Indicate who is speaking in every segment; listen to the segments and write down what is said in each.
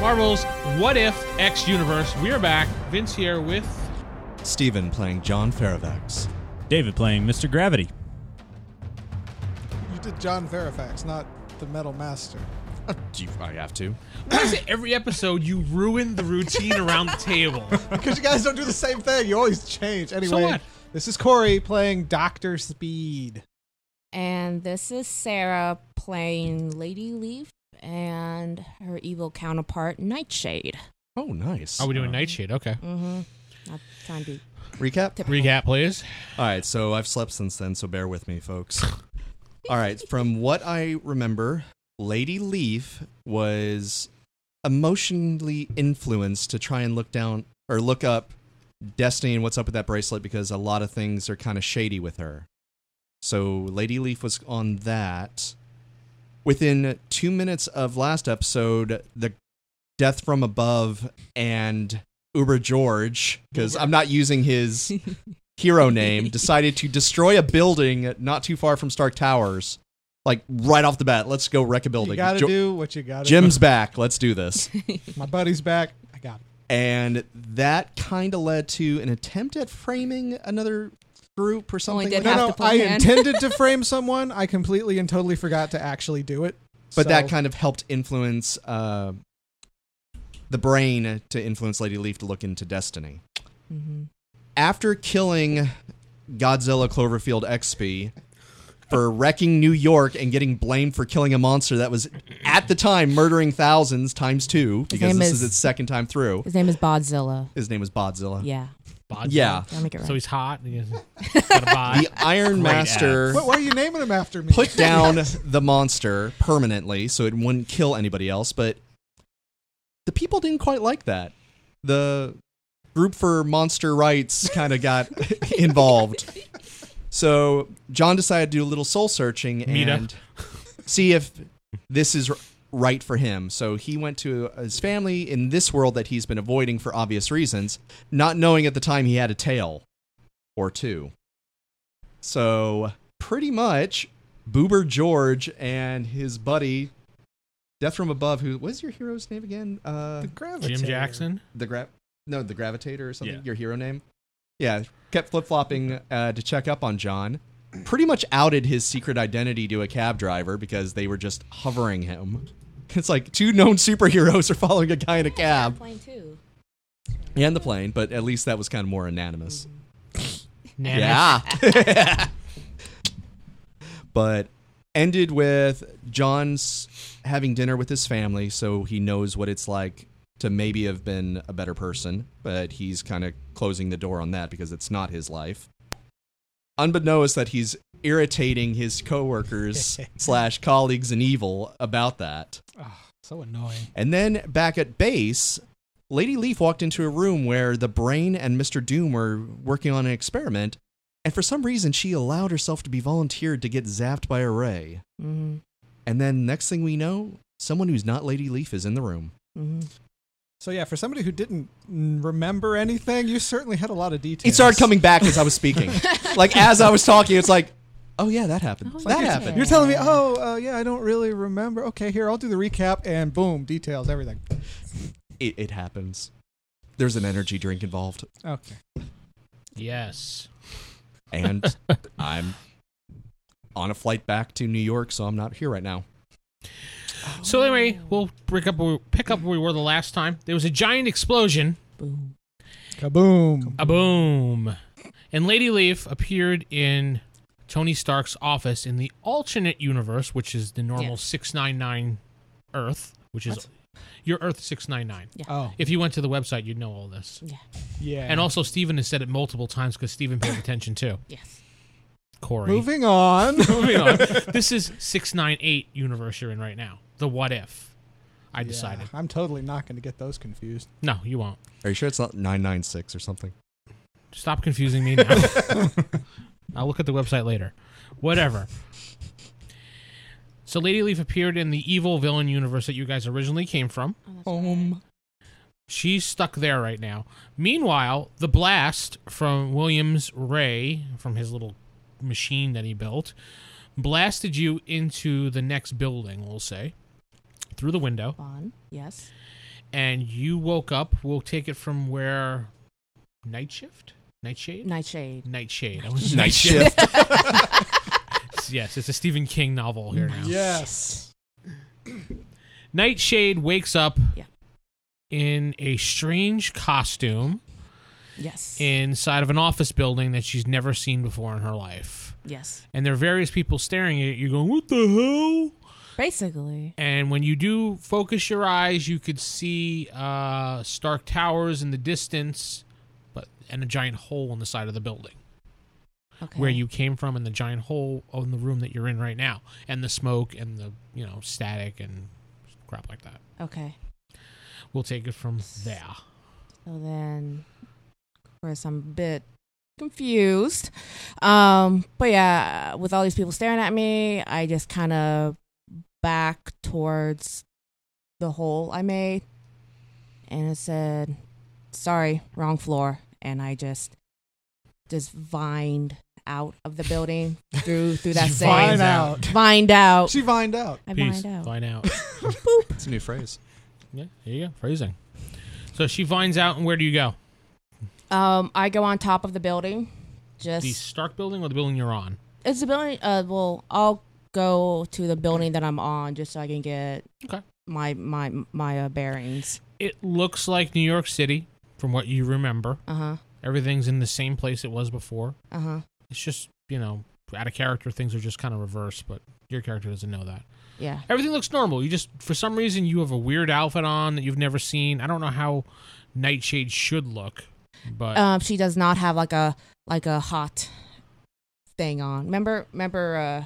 Speaker 1: Marvel's What If X Universe. We are back. Vince here with.
Speaker 2: Steven playing John Fairfax.
Speaker 3: David playing Mr. Gravity.
Speaker 4: You did John Fairfax, not the Metal Master.
Speaker 2: Do you, I have to?
Speaker 1: Why is it every episode you ruin the routine around the table?
Speaker 4: Because you guys don't do the same thing. You always change. Anyway,
Speaker 1: what?
Speaker 4: this is Corey playing Doctor Speed.
Speaker 5: And this is Sarah playing Lady Leaf and her evil counterpart, Nightshade.
Speaker 2: Oh, nice.
Speaker 1: Oh, we're doing Nightshade. Okay.
Speaker 5: Mm-hmm. Not trying to be
Speaker 2: Recap?
Speaker 5: typical.
Speaker 1: Recap, please.
Speaker 2: All right, so I've slept since then, so bear with me, folks. All right, from what I remember, Lady Leaf was emotionally influenced to try and look down or look up Destiny and what's up with that bracelet because a lot of things are kind of shady with her. So Lady Leaf was on that. Within two minutes of last episode, the Death from Above and Uber George, because I'm not using his hero name, decided to destroy a building not too far from Stark Towers. Like right off the bat, let's go wreck a building.
Speaker 4: you gotta
Speaker 2: Jo-
Speaker 4: do what you gotta
Speaker 2: Jim's back. Let's do this.
Speaker 4: do. My buddy's back. I got him.
Speaker 2: and that kind of led to an attempt at framing another group or something.
Speaker 5: did
Speaker 2: like that.
Speaker 5: half
Speaker 4: No,
Speaker 5: to
Speaker 4: no,
Speaker 5: pull
Speaker 4: I
Speaker 5: hand.
Speaker 4: intended to frame someone. I completely and totally forgot to actually do it.
Speaker 2: But that
Speaker 4: So-
Speaker 2: kind of helped influence uh, the brain to influence Lady Leaf to look into Destiny.
Speaker 5: Mhm.
Speaker 2: After killing Godzilla Cloverfield XP for wrecking New York and getting blamed for killing a monster that was at the time murdering thousands times two because
Speaker 5: name
Speaker 2: this
Speaker 5: is-
Speaker 2: is its second time through.
Speaker 5: His name is Bodzilla.
Speaker 2: His name was Bodzilla.
Speaker 5: Yeah.
Speaker 1: Bod-
Speaker 2: Yeah.
Speaker 5: Did I make it right?
Speaker 1: So he's hot. and He has got a bod.
Speaker 2: The Iron
Speaker 3: Great
Speaker 2: Master.
Speaker 3: ass.
Speaker 4: What, why are you naming him after me?
Speaker 2: put down the monster permanently so it wouldn't kill anybody else, but the people didn't quite like that. The group for monster rights kind of got involved. So John decided to do a little soul searching
Speaker 1: Meet up.
Speaker 2: and see if this is r- right for him. So he went to his family in this world that he's been avoiding for obvious reasons, not knowing at the time he had a tail or two. So pretty much, Boober George and his buddy, Death from Above, who was your hero's name again? Uh,
Speaker 1: Jim Jackson.
Speaker 2: the gra- no, the Gravitator or something.
Speaker 1: Yeah.
Speaker 2: Your hero name. Yeah, kept flip flopping uh, to check up on John. Pretty much outed his secret identity to a cab driver because they were just hovering him. It's like two known superheroes are following a guy in a cab
Speaker 5: Plane too.
Speaker 2: and the plane, but at least that was kind of more anonymous.
Speaker 1: Nana.
Speaker 2: Yeah. but ended with John's having dinner with his family, so he knows what it's like to maybe have been a better person, but he's kind of closing the door on that because it's not his life. Unbeknownst that he's irritating his coworkers slash colleagues in evil about that.
Speaker 4: So annoying.
Speaker 2: And then back at base, Lady Leaf walked into a room where the brain and Mr. Doom were working on an experiment, and for some reason she allowed herself to be volunteered to get zapped by a ray.
Speaker 5: Mm-hmm.
Speaker 2: And then next thing we know, someone who's not Lady Leaf is in the room.
Speaker 5: Mm-hmm.
Speaker 4: So yeah, for somebody who didn't mm, remember anything, you certainly had a lot of details.
Speaker 2: It started coming back as I was speaking. like as I was talking, it's like, oh yeah, that happened.
Speaker 5: Oh,
Speaker 2: that
Speaker 5: yeah.
Speaker 2: happened.
Speaker 4: You're telling me, oh uh, yeah, I don't really remember. Okay, here I'll do the recap and boom, details, everything.
Speaker 2: It, it happens. There's an energy drink involved,
Speaker 4: Okay.
Speaker 1: Yes.
Speaker 2: and I'm on a flight back to New York, so I'm not here right now.
Speaker 1: So anyway, we'll pick up where- pick up where we were the last time. There was a giant explosion.
Speaker 5: Boom.
Speaker 4: Kaboom.
Speaker 1: A boom. And Lady Leaf appeared in Tony Stark's office in the alternate universe, which is the normal
Speaker 5: Yeah.
Speaker 1: 699 Earth, which is your Earth 699.
Speaker 4: Oh
Speaker 1: If you went to the website, you'd know all this.
Speaker 5: Yeah.
Speaker 4: yeah.
Speaker 1: And also, Steven has said it multiple times because Steven paid attention too.
Speaker 5: Yes.
Speaker 1: Corey.
Speaker 4: moving on.
Speaker 1: Moving on. This is 698 universe you're in right now. The what if. I decided.
Speaker 4: Yeah, I'm totally not going to get those confused.
Speaker 1: No, you won't.
Speaker 2: Are you sure it's not 996 or something?
Speaker 1: Stop confusing me now. I'll look at the website later. Whatever. So Lady Leaf appeared in the evil villain universe that you guys originally came from.
Speaker 5: Oh,
Speaker 2: Um.
Speaker 1: She's stuck there right now. Meanwhile, the blast from Williams Ray from his little machine that he built blasted you into the next building, we'll say, through the window.
Speaker 5: Bon. Yes.
Speaker 1: and you woke up. We'll take it from where night shift, nightshade,
Speaker 5: Nightshade.
Speaker 1: nightshade. I was-
Speaker 2: Night shift.
Speaker 1: yes, it's a Stephen King novel here now.
Speaker 4: Yes.
Speaker 1: Nightshade wakes up
Speaker 5: Yeah.
Speaker 1: in a strange costume
Speaker 5: Yes.
Speaker 1: inside of an office building that she's never seen before in her life.
Speaker 5: yes.
Speaker 1: And there are various people staring at you, going, What the hell?
Speaker 5: Basically.
Speaker 1: And when you do focus your eyes, you could see uh, Stark Towers in the distance, but and a giant hole in the side of the building
Speaker 5: Okay.
Speaker 1: where you came from, and the giant hole on the room that you're in right now, and the smoke and the you know static and crap like that.
Speaker 5: Okay.
Speaker 1: We'll take it from there.
Speaker 5: So then, of course, I'm a bit confused. Um, but yeah, with all these people staring at me, I just kind of back towards the hole I made, and it said, "Sorry, wrong floor." And I just just vined out of the building through through that
Speaker 1: You
Speaker 5: same
Speaker 4: Vine out.
Speaker 5: vined out.
Speaker 4: She vined out.
Speaker 5: I
Speaker 1: Peace.
Speaker 5: vined out.
Speaker 1: Find out.
Speaker 2: it's a new phrase.
Speaker 1: Yeah, there you go. Phrasing. So she finds out, and where do you go?
Speaker 5: Um, I go on top of the building, just
Speaker 1: The Stark building or the building you're on?
Speaker 5: It's the building. Uh, well, I'll go to the building that I'm on just so I can get
Speaker 1: Okay.
Speaker 5: my my my uh, bearings.
Speaker 1: It looks like New York City, from what you remember.
Speaker 5: Uh huh.
Speaker 1: Everything's in the same place it was before.
Speaker 5: Uh huh.
Speaker 1: It's just, you know, out of character, things are just kind of reversed, but your character doesn't know that.
Speaker 5: Yeah.
Speaker 1: Everything looks normal. You just, for some reason, you have a weird outfit on that you've never seen. I don't know how Nightshade should look, but
Speaker 5: Um, she does not have like a like a hot thing on. Remember, remember. Uh,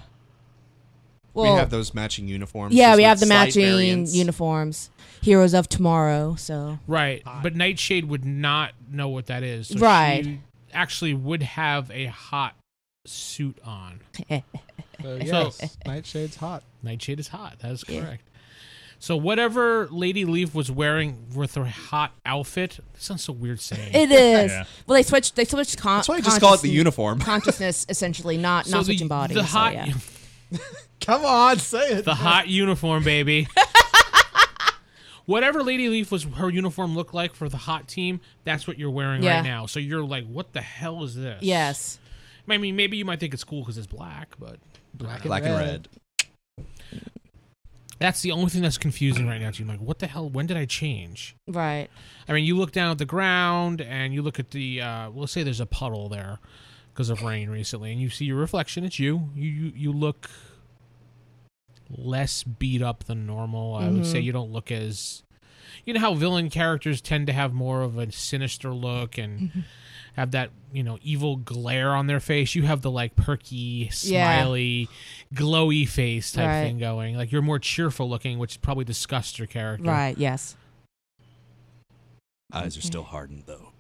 Speaker 5: well,
Speaker 2: we have those matching uniforms.
Speaker 5: yeah,
Speaker 2: just
Speaker 5: we
Speaker 2: with
Speaker 5: have the
Speaker 2: slight
Speaker 5: matching
Speaker 2: variants.
Speaker 5: uniforms. Heroes of Tomorrow. So
Speaker 1: Right. But Nightshade would not know what that is. So
Speaker 5: Right.
Speaker 1: She actually would have a hot suit on.
Speaker 4: So,
Speaker 1: yes,
Speaker 4: Nightshade's hot.
Speaker 1: Nightshade is hot. That is
Speaker 5: Yeah.
Speaker 1: correct. So whatever Lady Leaf was wearing with her hot outfit, that sounds so weird saying.
Speaker 5: it is.
Speaker 3: Yeah.
Speaker 5: Well, they switched. They switched. Con-
Speaker 2: That's why I just call it the
Speaker 5: consciousness-
Speaker 2: uniform.
Speaker 5: Consciousness, essentially, not
Speaker 1: so
Speaker 5: not
Speaker 1: the,
Speaker 5: switching bodies.
Speaker 1: the
Speaker 5: so,
Speaker 1: hot
Speaker 5: yeah.
Speaker 4: Come on, say it.
Speaker 1: the hot uniform, baby. Whatever Lady Leaf was her uniform looked like for the hot team, that's what you're wearing
Speaker 5: Yeah.
Speaker 1: right now. So you're like, what the hell is this?
Speaker 5: Yes.
Speaker 1: I mean, maybe you might think it's cool because it's black, but
Speaker 2: Black and red.
Speaker 1: That's the only thing that's confusing right now to you. Like, what the hell? When did I change?
Speaker 5: Right.
Speaker 1: I mean, you look down at the ground and you look at the. Uh, well, let's say there's a puddle there because of rain recently, and you see your reflection. It's you. You you, you look less beat up than normal. I would say
Speaker 5: Mm-hmm.
Speaker 1: you don't look as. You know how villain characters tend to have more of a sinister look
Speaker 5: Mm.
Speaker 1: and have that you know evil glare on their face. You have the like perky,
Speaker 5: Yeah.
Speaker 1: smiley, glowy face type
Speaker 5: Right.
Speaker 1: thing going. Like you're more cheerful looking, which probably disgusts your character.
Speaker 5: Right. Yes.
Speaker 2: Eyes are still hardened though.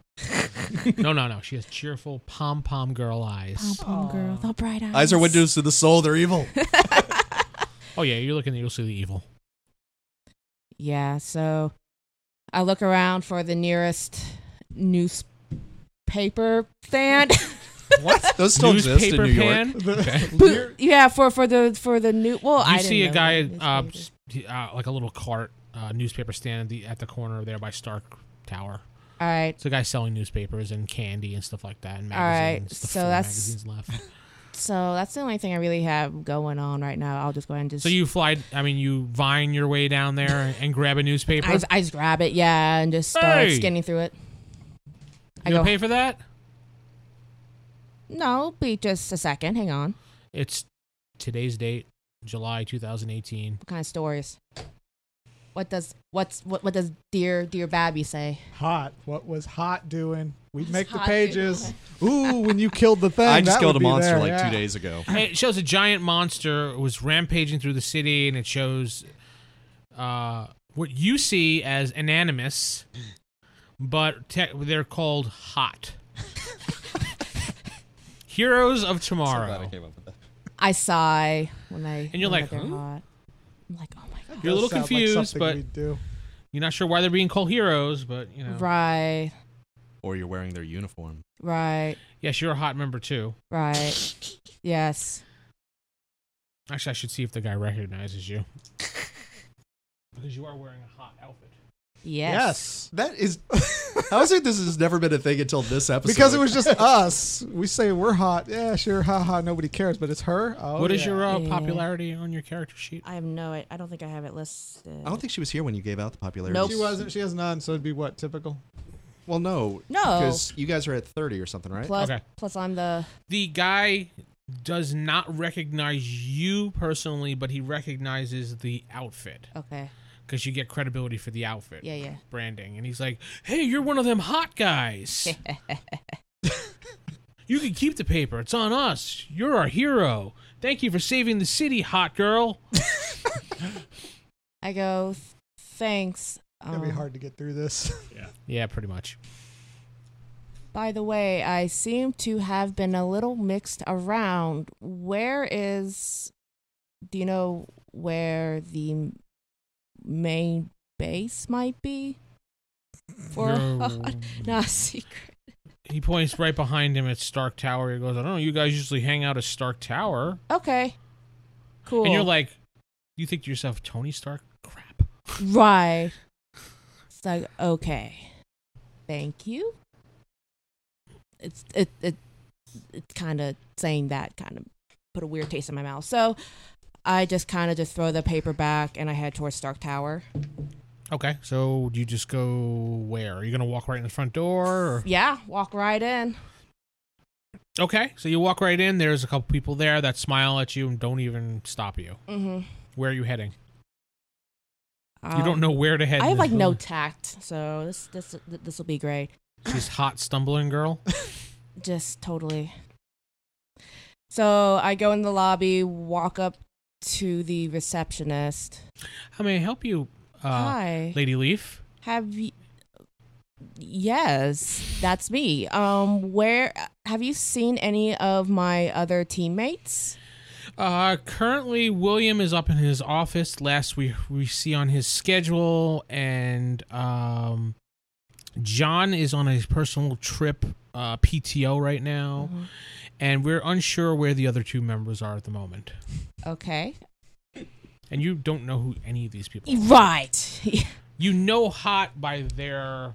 Speaker 1: No, no, no. She has cheerful pom pom girl eyes.
Speaker 5: Pom girl, the bright eyes.
Speaker 2: Eyes are windows to the soul. They're evil.
Speaker 1: Oh yeah, you're looking. You'll see the evil.
Speaker 5: Yeah, so I look around for the nearest newspaper stand.
Speaker 4: What?
Speaker 2: Those still exist in
Speaker 1: Newspaper
Speaker 2: New York.
Speaker 1: pan.
Speaker 4: The-
Speaker 5: But- yeah, for for the for the new. Well, I
Speaker 1: you
Speaker 5: didn't
Speaker 1: see a
Speaker 5: know
Speaker 1: guy,
Speaker 5: that
Speaker 1: uh,
Speaker 5: newspaper.
Speaker 1: s- uh, like a little cart, uh, newspaper stand at the, at the corner there by Stark Tower.
Speaker 5: All right,
Speaker 1: It's a guy selling newspapers and candy and stuff like that, and
Speaker 5: All right,
Speaker 1: magazines. the
Speaker 5: so
Speaker 1: four
Speaker 5: that's-
Speaker 1: magazines left.
Speaker 5: so that's the only thing I really have going on right now. I'll just go ahead and just.
Speaker 1: So you fly. I mean, you vine your way down there and grab a newspaper.
Speaker 5: I, just- I just grab it, yeah, and just start
Speaker 1: Hey!
Speaker 5: skinning through it. I
Speaker 1: you
Speaker 5: go.
Speaker 1: pay for that?
Speaker 5: no, be just a second. Hang on.
Speaker 1: It's today's date, July 2018.
Speaker 5: What kind of stories? What does what's what, what does dear dear Babby say?
Speaker 4: hot. What was hot doing? We'd
Speaker 5: What's
Speaker 4: make the
Speaker 5: hot doing?
Speaker 4: pages. Ooh, when you killed the thing.
Speaker 2: I just
Speaker 4: that
Speaker 2: killed
Speaker 4: would
Speaker 2: a
Speaker 4: be
Speaker 2: monster
Speaker 4: there,
Speaker 2: like
Speaker 4: yeah.
Speaker 2: two days ago.
Speaker 1: It shows a giant monster was rampaging through the city, and it shows uh, what you see as anonymous, but te- they're called hot heroes of tomorrow.
Speaker 5: I sigh when I
Speaker 1: And you're
Speaker 5: when I
Speaker 1: like,
Speaker 5: get
Speaker 1: "Huh?"
Speaker 5: hot. I'm like, oh my god.
Speaker 1: You're a little
Speaker 4: Sounds like
Speaker 1: confused,
Speaker 4: something
Speaker 1: but
Speaker 4: we'd do.
Speaker 1: you're not sure why they're being called heroes. But you know,
Speaker 5: Right,
Speaker 2: Or you're wearing their uniform.
Speaker 5: right,
Speaker 1: yes, you're a hot member too.
Speaker 5: right. yes.
Speaker 1: Actually, I should see if the guy recognizes you because you are wearing a hot outfit.
Speaker 5: Yes.
Speaker 2: That is, I would say this has never been a thing until this episode.
Speaker 4: Because it was just us. We say we're hot. Yeah, sure. Ha ha. Nobody cares. But it's her. Oh,
Speaker 1: What is
Speaker 4: yeah.
Speaker 1: your uh,
Speaker 5: Yeah.
Speaker 1: popularity on your character sheet?
Speaker 5: I have no. I I don't think I have it listed.
Speaker 2: I don't think she was here when you gave out the popularity.
Speaker 5: Nope.
Speaker 4: She wasn't. She has none. So it'd be what typical.
Speaker 2: Well, no.
Speaker 5: No.
Speaker 2: Because you guys are at 30 or something, right?
Speaker 5: Plus,
Speaker 1: Okay.
Speaker 5: plus I'm the
Speaker 1: The guy does not recognize you personally, but he recognizes the outfit
Speaker 5: okay.
Speaker 1: because you get credibility for the outfit.
Speaker 5: Yeah, yeah.
Speaker 1: Branding. And he's like, hey, you're one of them hot guys. you can keep the paper. It's on us. You're our hero. Thank you for saving the city, hot girl.
Speaker 5: I go. Thanks.
Speaker 4: It's gonna be
Speaker 5: um,
Speaker 4: hard to get through this.
Speaker 1: Yeah, pretty much.
Speaker 5: By the way, I seem to have been a little mixed around. Where is. Do you know where the m- main base might be? For
Speaker 1: No.
Speaker 5: not a secret.
Speaker 1: He points right behind him at Stark Tower. He goes, I don't know, you guys usually hang out at Stark Tower.
Speaker 5: Okay. Cool.
Speaker 1: And you're like, you think to yourself, Tony Stark? Crap.
Speaker 5: Right. It's like, okay. Thank you. It's it it it's kind of saying that kind of put a weird taste in my mouth. So I just kind of just throw the paper back and I head towards Stark Tower.
Speaker 1: Okay, so do you just go where? Are you going to walk right in the front door? Or?
Speaker 5: Yeah, walk right in.
Speaker 1: Okay, so you walk right in. There's a couple people there that smile at you and don't even stop you.
Speaker 5: Mm-hmm.
Speaker 1: Where are you heading? you don't know where to head.
Speaker 5: Um,
Speaker 1: in
Speaker 5: I have
Speaker 1: this
Speaker 5: like no
Speaker 1: building.
Speaker 5: tact, so this this this will be great.
Speaker 1: She's hot, stumbling girl.
Speaker 5: just totally. So I go in the lobby, walk up to the receptionist.
Speaker 1: How may I help you, uh,
Speaker 5: Hi.
Speaker 1: Lady Leaf?
Speaker 5: Have you? Yes, that's me. Um, where have you seen any of my other teammates?
Speaker 1: Uh, currently, William is up in his office. Last we we see on his schedule, and um, John is on a personal trip, uh, PTO right now, and we're unsure where the other two members are at the moment.
Speaker 5: Okay,
Speaker 1: And you don't know who any of these people. Are.
Speaker 5: right.
Speaker 1: You know hot by their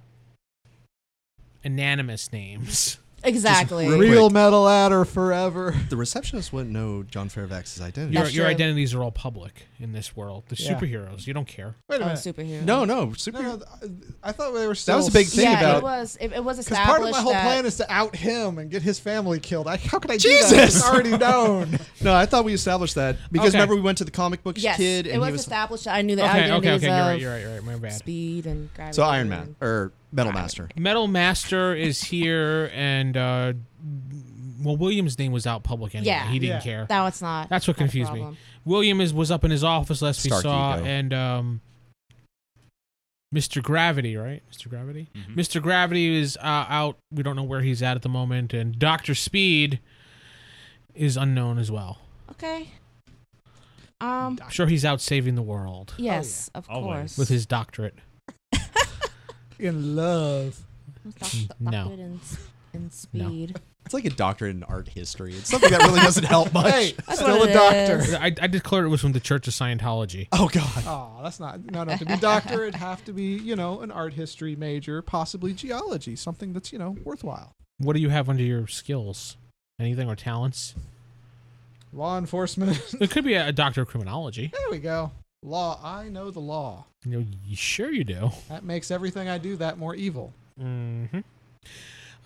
Speaker 1: anonymous names.
Speaker 5: exactly.
Speaker 2: Real
Speaker 4: Real
Speaker 2: quick.
Speaker 4: metal adder forever.
Speaker 5: Oh,
Speaker 2: The receptionist wouldn't know John Fairfax's identity.
Speaker 1: Your
Speaker 5: That's
Speaker 1: your
Speaker 5: true.
Speaker 1: identities are all public in this world. The
Speaker 4: Yeah.
Speaker 1: superheroes, you don't care.
Speaker 4: Wait a
Speaker 5: Oh,
Speaker 4: minute.
Speaker 5: superhero.
Speaker 2: No, no. Super,
Speaker 4: No, no, th- I thought they were still.
Speaker 2: was a big thing
Speaker 5: yeah,
Speaker 2: about-
Speaker 5: it was. It, it was
Speaker 4: Because
Speaker 5: established
Speaker 4: part of my whole
Speaker 5: that
Speaker 4: plan is to out him and get his family killed. I, how could I do that?
Speaker 2: Jesus!
Speaker 4: It's already known.
Speaker 2: No, I thought we established that because
Speaker 1: Okay.
Speaker 2: remember we went to the comic book
Speaker 5: yes,
Speaker 2: kid and
Speaker 5: it was,
Speaker 2: he was
Speaker 5: established that I knew the
Speaker 1: Okay, okay,
Speaker 5: identities
Speaker 1: okay. You're
Speaker 5: of
Speaker 1: right. You're right. You're right. My bad.
Speaker 5: speed and gravity.
Speaker 2: so Iron Man
Speaker 5: and-
Speaker 2: or Metal Master.
Speaker 1: Metal Master is here, and uh, well, William's name was out public anyway.
Speaker 5: Yeah.
Speaker 1: he didn't
Speaker 4: Yeah.
Speaker 1: care.
Speaker 5: No, it's not.
Speaker 1: That's what
Speaker 5: Not a
Speaker 1: confused me.
Speaker 5: problem.
Speaker 1: William is was up in his office last we
Speaker 2: Stark
Speaker 1: saw,
Speaker 2: ego.
Speaker 1: and um, Mr. Gravity, right? Mr. Gravity.
Speaker 3: Mhm.
Speaker 1: Mr. Gravity is uh, out. We don't know where he's at at the moment, and Doctor Speed is unknown as well.
Speaker 5: Okay. Um.
Speaker 1: I'm sure he's out saving the world
Speaker 5: Yes, of
Speaker 3: Always.
Speaker 5: course.
Speaker 1: with his doctorate.
Speaker 4: In love.
Speaker 1: Mm, No.
Speaker 5: no. And, and speed.
Speaker 2: It's like a doctorate in art history. It's something that really doesn't help much.
Speaker 4: Hey,
Speaker 5: That's
Speaker 4: still
Speaker 5: what
Speaker 4: a
Speaker 5: it
Speaker 4: doctor.
Speaker 5: is.
Speaker 1: I, I declared it was from the Church of Scientology.
Speaker 2: Oh God.
Speaker 4: Oh, that's not no no. To be doctor, it'd have to be you know an art history major, possibly geology, something that's you know worthwhile.
Speaker 1: What do you have under your skills? Anything or talents?
Speaker 4: Law enforcement.
Speaker 1: It could be a, a doctor of criminology.
Speaker 4: there we go. Law. I know the law.
Speaker 1: You know, you- sure you do.
Speaker 4: That makes everything I do that more evil.
Speaker 1: Mm-hmm.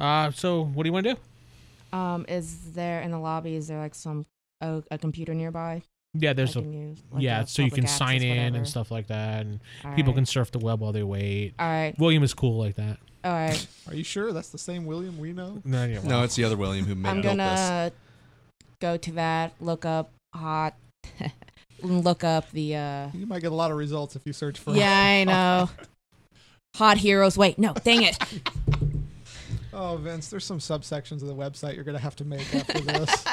Speaker 1: Uh, so what do you want to do?
Speaker 5: Um, is there in the lobby? Is there like some a, a computer nearby?
Speaker 1: Yeah, there's
Speaker 5: I
Speaker 1: a
Speaker 5: can use, like,
Speaker 1: yeah,
Speaker 5: a
Speaker 1: so you
Speaker 5: public
Speaker 1: can sign
Speaker 5: access,
Speaker 1: in
Speaker 5: whatever?
Speaker 1: and stuff like that, and
Speaker 5: All
Speaker 1: people can
Speaker 5: right.
Speaker 1: surf the web while they wait.
Speaker 5: All right,
Speaker 1: William is cool like that.
Speaker 5: all right.
Speaker 4: Are you sure that's the same William we know?
Speaker 1: No, yeah,
Speaker 2: No, it's the other William who made
Speaker 5: I'm
Speaker 2: built
Speaker 5: gonna go to that. Look up hot. and look up the. uh
Speaker 4: You might get a lot of results if you search for.
Speaker 5: Yeah, I know. Hot heroes. Wait, no, dang it.
Speaker 4: Oh, Vince, there's some subsections of the website you're gonna have to make after this.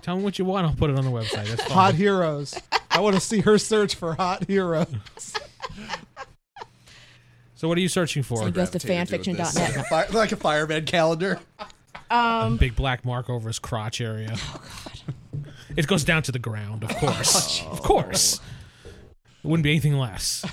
Speaker 1: tell me what you want. I'll put it on the website. That's fine.
Speaker 4: hot heroes. I want to see her search for hot heroes.
Speaker 1: so what are you searching for?
Speaker 5: So
Speaker 2: this.
Speaker 5: goes to
Speaker 2: Gravitated with this.
Speaker 5: fanfiction.net.
Speaker 2: Like a fire- like a fireman calendar.
Speaker 5: Um,
Speaker 1: Big black mark over his crotch area. Oh God! It goes down to the ground, of course. of course. It wouldn't be anything less.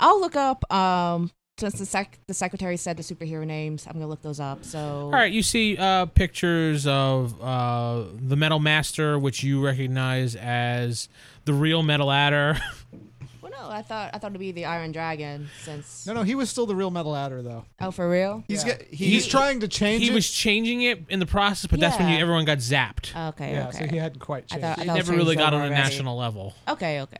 Speaker 5: I'll look up. Um, since the sec- the secretary said the superhero names, I'm gonna look those up. So
Speaker 1: All right, you see uh, pictures of uh, the Metal Master, which you recognize as the real Metal Adder.
Speaker 5: Well, no, I thought I thought it'd be the Iron Dragon since.
Speaker 4: No, no, he was still the real Metal Adder though.
Speaker 5: Oh, for real?
Speaker 2: He's
Speaker 4: Yeah.
Speaker 2: got-
Speaker 4: He's
Speaker 2: he-
Speaker 4: trying to change
Speaker 1: he
Speaker 4: it.
Speaker 1: was changing it in the process, but that's when you,
Speaker 5: Yeah.
Speaker 1: everyone got zapped.
Speaker 5: Okay,
Speaker 4: yeah,
Speaker 5: okay.
Speaker 4: so he hadn't quite
Speaker 5: I
Speaker 4: changed.
Speaker 5: thought, I
Speaker 4: it.
Speaker 5: thought
Speaker 1: it never
Speaker 5: changed
Speaker 1: really got
Speaker 5: over
Speaker 1: on a
Speaker 5: already.
Speaker 1: national level.
Speaker 5: Okay, okay.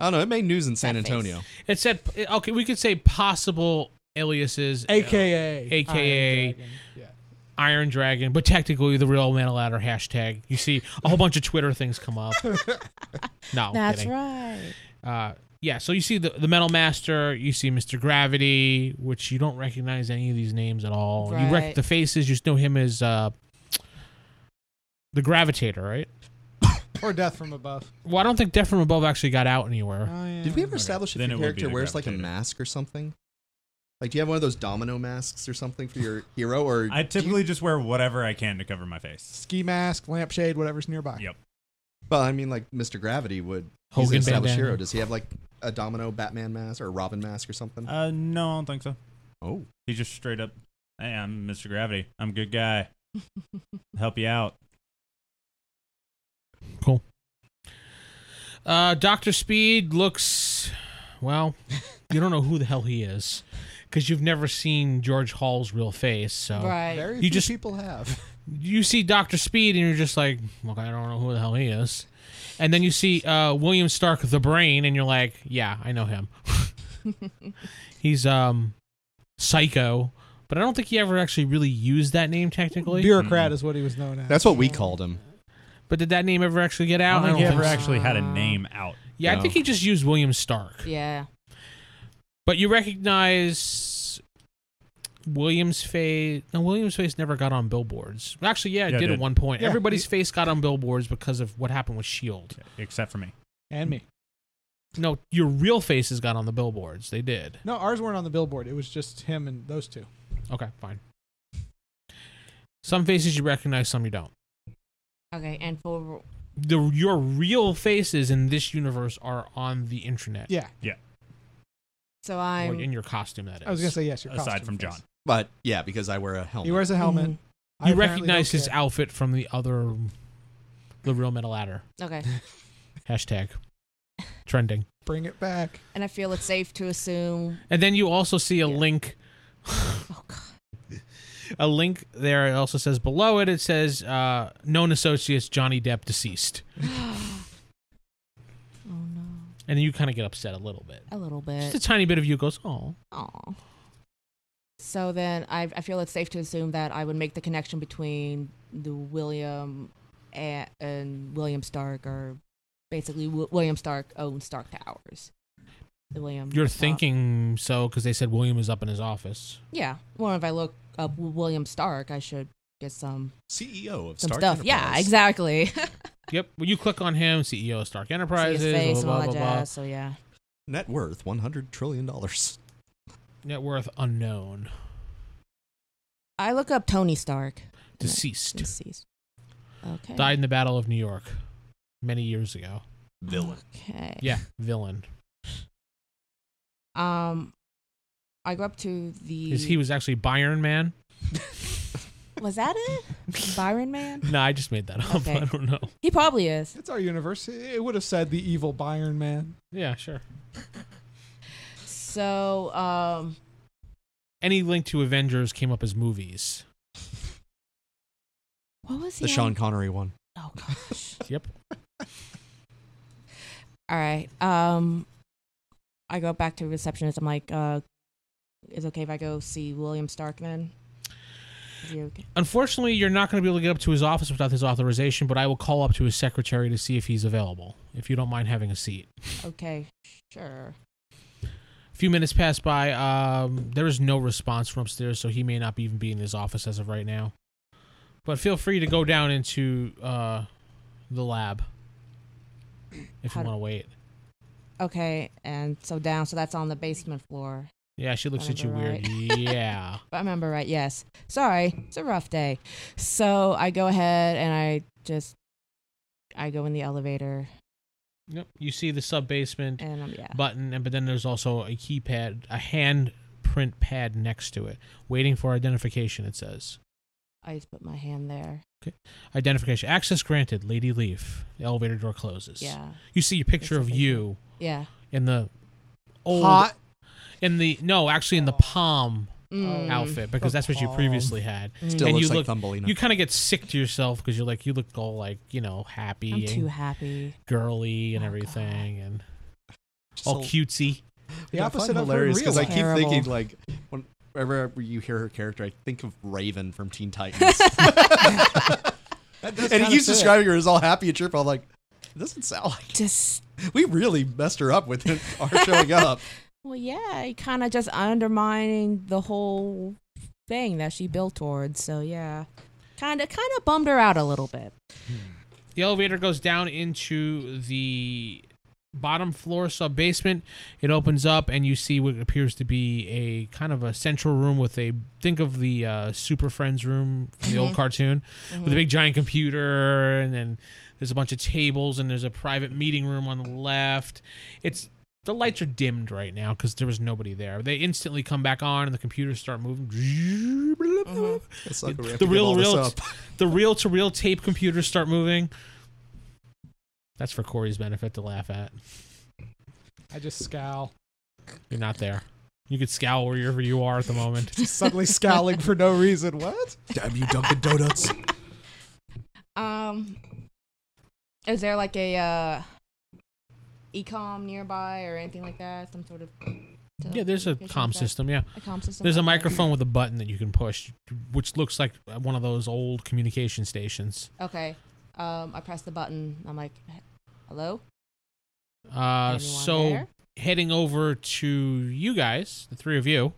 Speaker 2: I don't know. It made news in San
Speaker 5: That face. Mm.
Speaker 2: Antonio.
Speaker 1: It said, okay, we could say possible aliases,
Speaker 4: AKA
Speaker 1: AKA
Speaker 4: Iron Dragon. Yeah.
Speaker 1: Iron Dragon, but technically the real Metal Adder hashtag. You see a whole bunch of Twitter things come up. no, I'm
Speaker 5: That's
Speaker 1: kidding.
Speaker 5: right.
Speaker 1: Uh, yeah, so you see the, the Metal Master, you see Mr. Gravity, which you don't recognize any of these names at all. You rec-
Speaker 5: Right.
Speaker 1: the faces, you just know him as uh, the Gravitator, right?
Speaker 4: Or Death from Above.
Speaker 1: Well, I don't think Death from Above actually got out anywhere.
Speaker 4: Oh, yeah.
Speaker 2: Did we ever
Speaker 3: Okay.
Speaker 2: establish if
Speaker 3: Then
Speaker 2: your
Speaker 3: it would be
Speaker 2: character
Speaker 3: the
Speaker 2: wears like a
Speaker 3: Gravitator.
Speaker 2: mask or something? Like, do you have one of those domino masks or something for your hero? Or
Speaker 3: I
Speaker 2: do you-
Speaker 3: typically just wear whatever I can to cover my face.
Speaker 4: ski mask, lampshade, whatever's nearby?
Speaker 3: Yep.
Speaker 2: well, I mean, like Mr. Gravity would. He's
Speaker 1: Hogan
Speaker 2: an established
Speaker 1: bandana.
Speaker 2: hero. Does he have like a domino Batman mask or a Robin mask or something?
Speaker 3: Uh, no, I don't think so.
Speaker 2: oh,
Speaker 3: He just straight up, hey, I'm Mr. Gravity. I'm a good guy. Help you out.
Speaker 1: Uh, Dr. Speed looks, well, you don't know who the hell he is because you've never seen George Hall's real face. So
Speaker 5: Right.
Speaker 4: Very
Speaker 1: You
Speaker 4: few
Speaker 1: just-
Speaker 4: people have.
Speaker 1: you see Dr. Speed and you're just like, look, I don't know who the hell he is. And then you see uh, William Stark, the brain, and you're like, yeah, I know him. He's um, psycho, but I don't think he ever actually really used that name technically.
Speaker 4: Bureaucrat is what he was known as.
Speaker 2: that's what we
Speaker 5: Yeah.
Speaker 2: called him.
Speaker 1: But did that name ever actually get
Speaker 3: I
Speaker 1: out?
Speaker 3: don't think he ever
Speaker 1: so.
Speaker 3: actually had a
Speaker 5: so.
Speaker 3: name out.
Speaker 1: Yeah, I think he just used William Stark.
Speaker 5: Yeah.
Speaker 1: But you recognize William's face. No, William's face never got on billboards. Actually, yeah, it
Speaker 3: Yeah, it
Speaker 1: did at
Speaker 3: did.
Speaker 1: one point.
Speaker 4: Yeah.
Speaker 1: Everybody's face got on billboards because of what happened with Shield.
Speaker 3: Except for me.
Speaker 4: and me.
Speaker 1: E No, your real faces got on the billboards. They did.
Speaker 4: No, ours weren't on the billboard. It was just him and those two.
Speaker 1: Okay, fine. Some faces you recognize, some you don't.
Speaker 5: Okay, and for
Speaker 1: The your real faces in this universe are on the internet.
Speaker 4: Yeah.
Speaker 5: so
Speaker 1: Or
Speaker 5: I'm.
Speaker 1: in your costume, that is.
Speaker 4: I was going to say, yes, your
Speaker 3: Aside
Speaker 4: costume
Speaker 3: from
Speaker 4: face.
Speaker 3: John.
Speaker 2: But yeah, because I wear a helmet.
Speaker 4: He wears a helmet.
Speaker 5: Mhm.
Speaker 4: I
Speaker 1: You
Speaker 4: apparently
Speaker 1: recognize
Speaker 4: don't
Speaker 1: his
Speaker 4: care.
Speaker 1: outfit from the other, the Real Metal Ladder
Speaker 5: Mm-hmm. Okay,
Speaker 1: hashtag, trending.
Speaker 4: Bring it back.
Speaker 5: and I feel it's safe to assume.
Speaker 1: And then you also see a
Speaker 5: Yeah.
Speaker 1: link,
Speaker 5: Oh God.
Speaker 1: a link there. It also says below it. It says uh, known associates Johnny Depp deceased,
Speaker 5: oh no.
Speaker 1: and you kind of get upset a little bit.
Speaker 5: A little
Speaker 1: Just a
Speaker 5: bit.
Speaker 1: tiny bit of you goes, oh.
Speaker 5: Aw. So then I, I feel it's safe to assume that I would make the connection between the William and, and William Stark, or basically w- William Stark owns Stark Towers. The William. uh,
Speaker 1: You're
Speaker 5: Stark-
Speaker 1: thinking so because they said William is up in his office.
Speaker 5: Yeah. Well, if I look up William Stark, I should get some
Speaker 2: CEO E of
Speaker 5: some
Speaker 2: Stark
Speaker 5: stuff. Yeah,
Speaker 2: Enterprise.
Speaker 5: exactly.
Speaker 1: Yep. Well, you click on him, CEO of Stark
Speaker 5: See his
Speaker 1: Enterprises,
Speaker 5: face and
Speaker 1: blah,
Speaker 5: all
Speaker 1: blah,
Speaker 5: that
Speaker 1: blah, blah.
Speaker 5: jazz. So yeah.
Speaker 2: Net worth one hundred trillion dollars.
Speaker 1: Net worth unknown,
Speaker 5: I look up Tony Stark.
Speaker 1: deceased,
Speaker 5: Deceased. Okay.
Speaker 1: died in the Battle of New York many years ago.
Speaker 2: Villain.
Speaker 5: Okay.
Speaker 1: Yeah, villain.
Speaker 5: Um, I go up to the.
Speaker 1: Is he was actually Byron Man?
Speaker 5: Was that it? Byron Man?
Speaker 1: No, I just made that up.
Speaker 5: Okay.
Speaker 1: I don't know.
Speaker 5: He probably is.
Speaker 4: It's our universe. It would have said the evil Byron man.
Speaker 1: Yeah, sure.
Speaker 5: So, um,
Speaker 1: Any link to Avengers came up as movies.
Speaker 5: what was he?
Speaker 2: The Sean
Speaker 5: on?
Speaker 2: Connery one.
Speaker 5: Oh gosh.
Speaker 1: Yep.
Speaker 5: All right. Um, I go back to receptionist. I'm like, uh, is it okay if I go see William Stark then? Is he okay?
Speaker 1: Unfortunately, you're not going to be able to get up to his office without his authorization, but I will call up to his secretary to see if he's available, if you don't mind having a seat.
Speaker 5: Okay, sure.
Speaker 1: A few minutes pass by. Um, there is no response from upstairs, so he may not be even be in his office as of right now. But feel free to go down into uh, the lab if
Speaker 5: How
Speaker 1: you
Speaker 5: do-
Speaker 1: want to wait.
Speaker 5: Okay, and so down. So that's on the basement floor.
Speaker 1: Yeah, she looks at you
Speaker 5: Remember,
Speaker 1: weird. Yeah.
Speaker 5: If I remember right, yes. Sorry, it's a rough day. So I go ahead and I just I go in the elevator
Speaker 1: Yep. You see the sub basement
Speaker 5: And um, yeah.
Speaker 1: button, and but then there's also a keypad, a hand print pad next to it, waiting for identification. It says
Speaker 5: I just put my hand there.
Speaker 1: identification access granted. Lady Leaf. The elevator door closes.
Speaker 5: Yeah.
Speaker 1: You see a picture
Speaker 5: It's
Speaker 1: of
Speaker 5: a
Speaker 1: you
Speaker 5: Yeah.
Speaker 1: in the old
Speaker 4: Hot.
Speaker 1: in the no, actually in the palm
Speaker 5: Mm.
Speaker 1: outfit because
Speaker 4: The
Speaker 1: that's what you
Speaker 4: palm.
Speaker 1: previously had.
Speaker 2: Still
Speaker 1: And
Speaker 2: looks
Speaker 1: you
Speaker 2: like
Speaker 1: look-
Speaker 2: Thumbelina.
Speaker 1: You kind of get sick to yourself because you're like you look all like you know happy
Speaker 5: I'm
Speaker 1: and
Speaker 5: too happy.
Speaker 1: girly and
Speaker 5: Oh,
Speaker 1: everything and
Speaker 2: Just
Speaker 1: all cutesy.
Speaker 4: The
Speaker 2: Yeah, I
Speaker 4: opposite
Speaker 2: find
Speaker 4: of
Speaker 2: hilarious
Speaker 4: real
Speaker 2: because I
Speaker 4: life.
Speaker 2: keep
Speaker 5: Terrible.
Speaker 2: thinking like when- whenever you hear her character, I think of Raven from Teen Titans,
Speaker 4: That does
Speaker 2: and he
Speaker 4: kinda
Speaker 2: keeps
Speaker 4: fit.
Speaker 2: describing her as all happy and cheerful. I'm like, it doesn't sound like
Speaker 5: Just
Speaker 2: we really messed her up with our showing up.
Speaker 5: well, yeah. It kind of just undermining the whole thing that she built towards. So yeah, kind of kind of bummed her out a little bit.
Speaker 1: The elevator goes down into the bottom floor sub basement. It opens up, and you see what appears to be a kind of a central room with a think of the uh, Super Friends room from the old cartoon
Speaker 5: Mm-hmm.
Speaker 1: with a big giant computer, and then there's a bunch of tables, and there's a private meeting room on the left. It's the lights are dimmed right now because there was nobody there. They instantly come back on, and the computers start moving.
Speaker 5: Mm-hmm.
Speaker 2: It's like we have
Speaker 1: The
Speaker 2: to give
Speaker 1: real-
Speaker 2: all this
Speaker 1: real-
Speaker 2: up.
Speaker 1: the reel to reel tape computers start moving. That's for Corey's benefit to laugh at.
Speaker 4: I just scowl.
Speaker 1: You're not there. You could scowl wherever you are at the moment.
Speaker 4: Just suddenly scowling for no reason. What?
Speaker 2: Damn you, Dunkin' Donuts!
Speaker 5: Um, is there like a uh, ecom nearby or anything like that? Some sort of
Speaker 1: Yeah, there's a comm system. Yeah,
Speaker 5: A comm system.
Speaker 1: there's a
Speaker 5: Okay.
Speaker 1: microphone with a button that you can push, which looks like one of those old communication stations.
Speaker 5: Okay. Um, I press the button. I'm like, hello.
Speaker 1: Uh,
Speaker 5: Anyone
Speaker 1: so
Speaker 5: there?
Speaker 1: heading over to you guys, the three of you.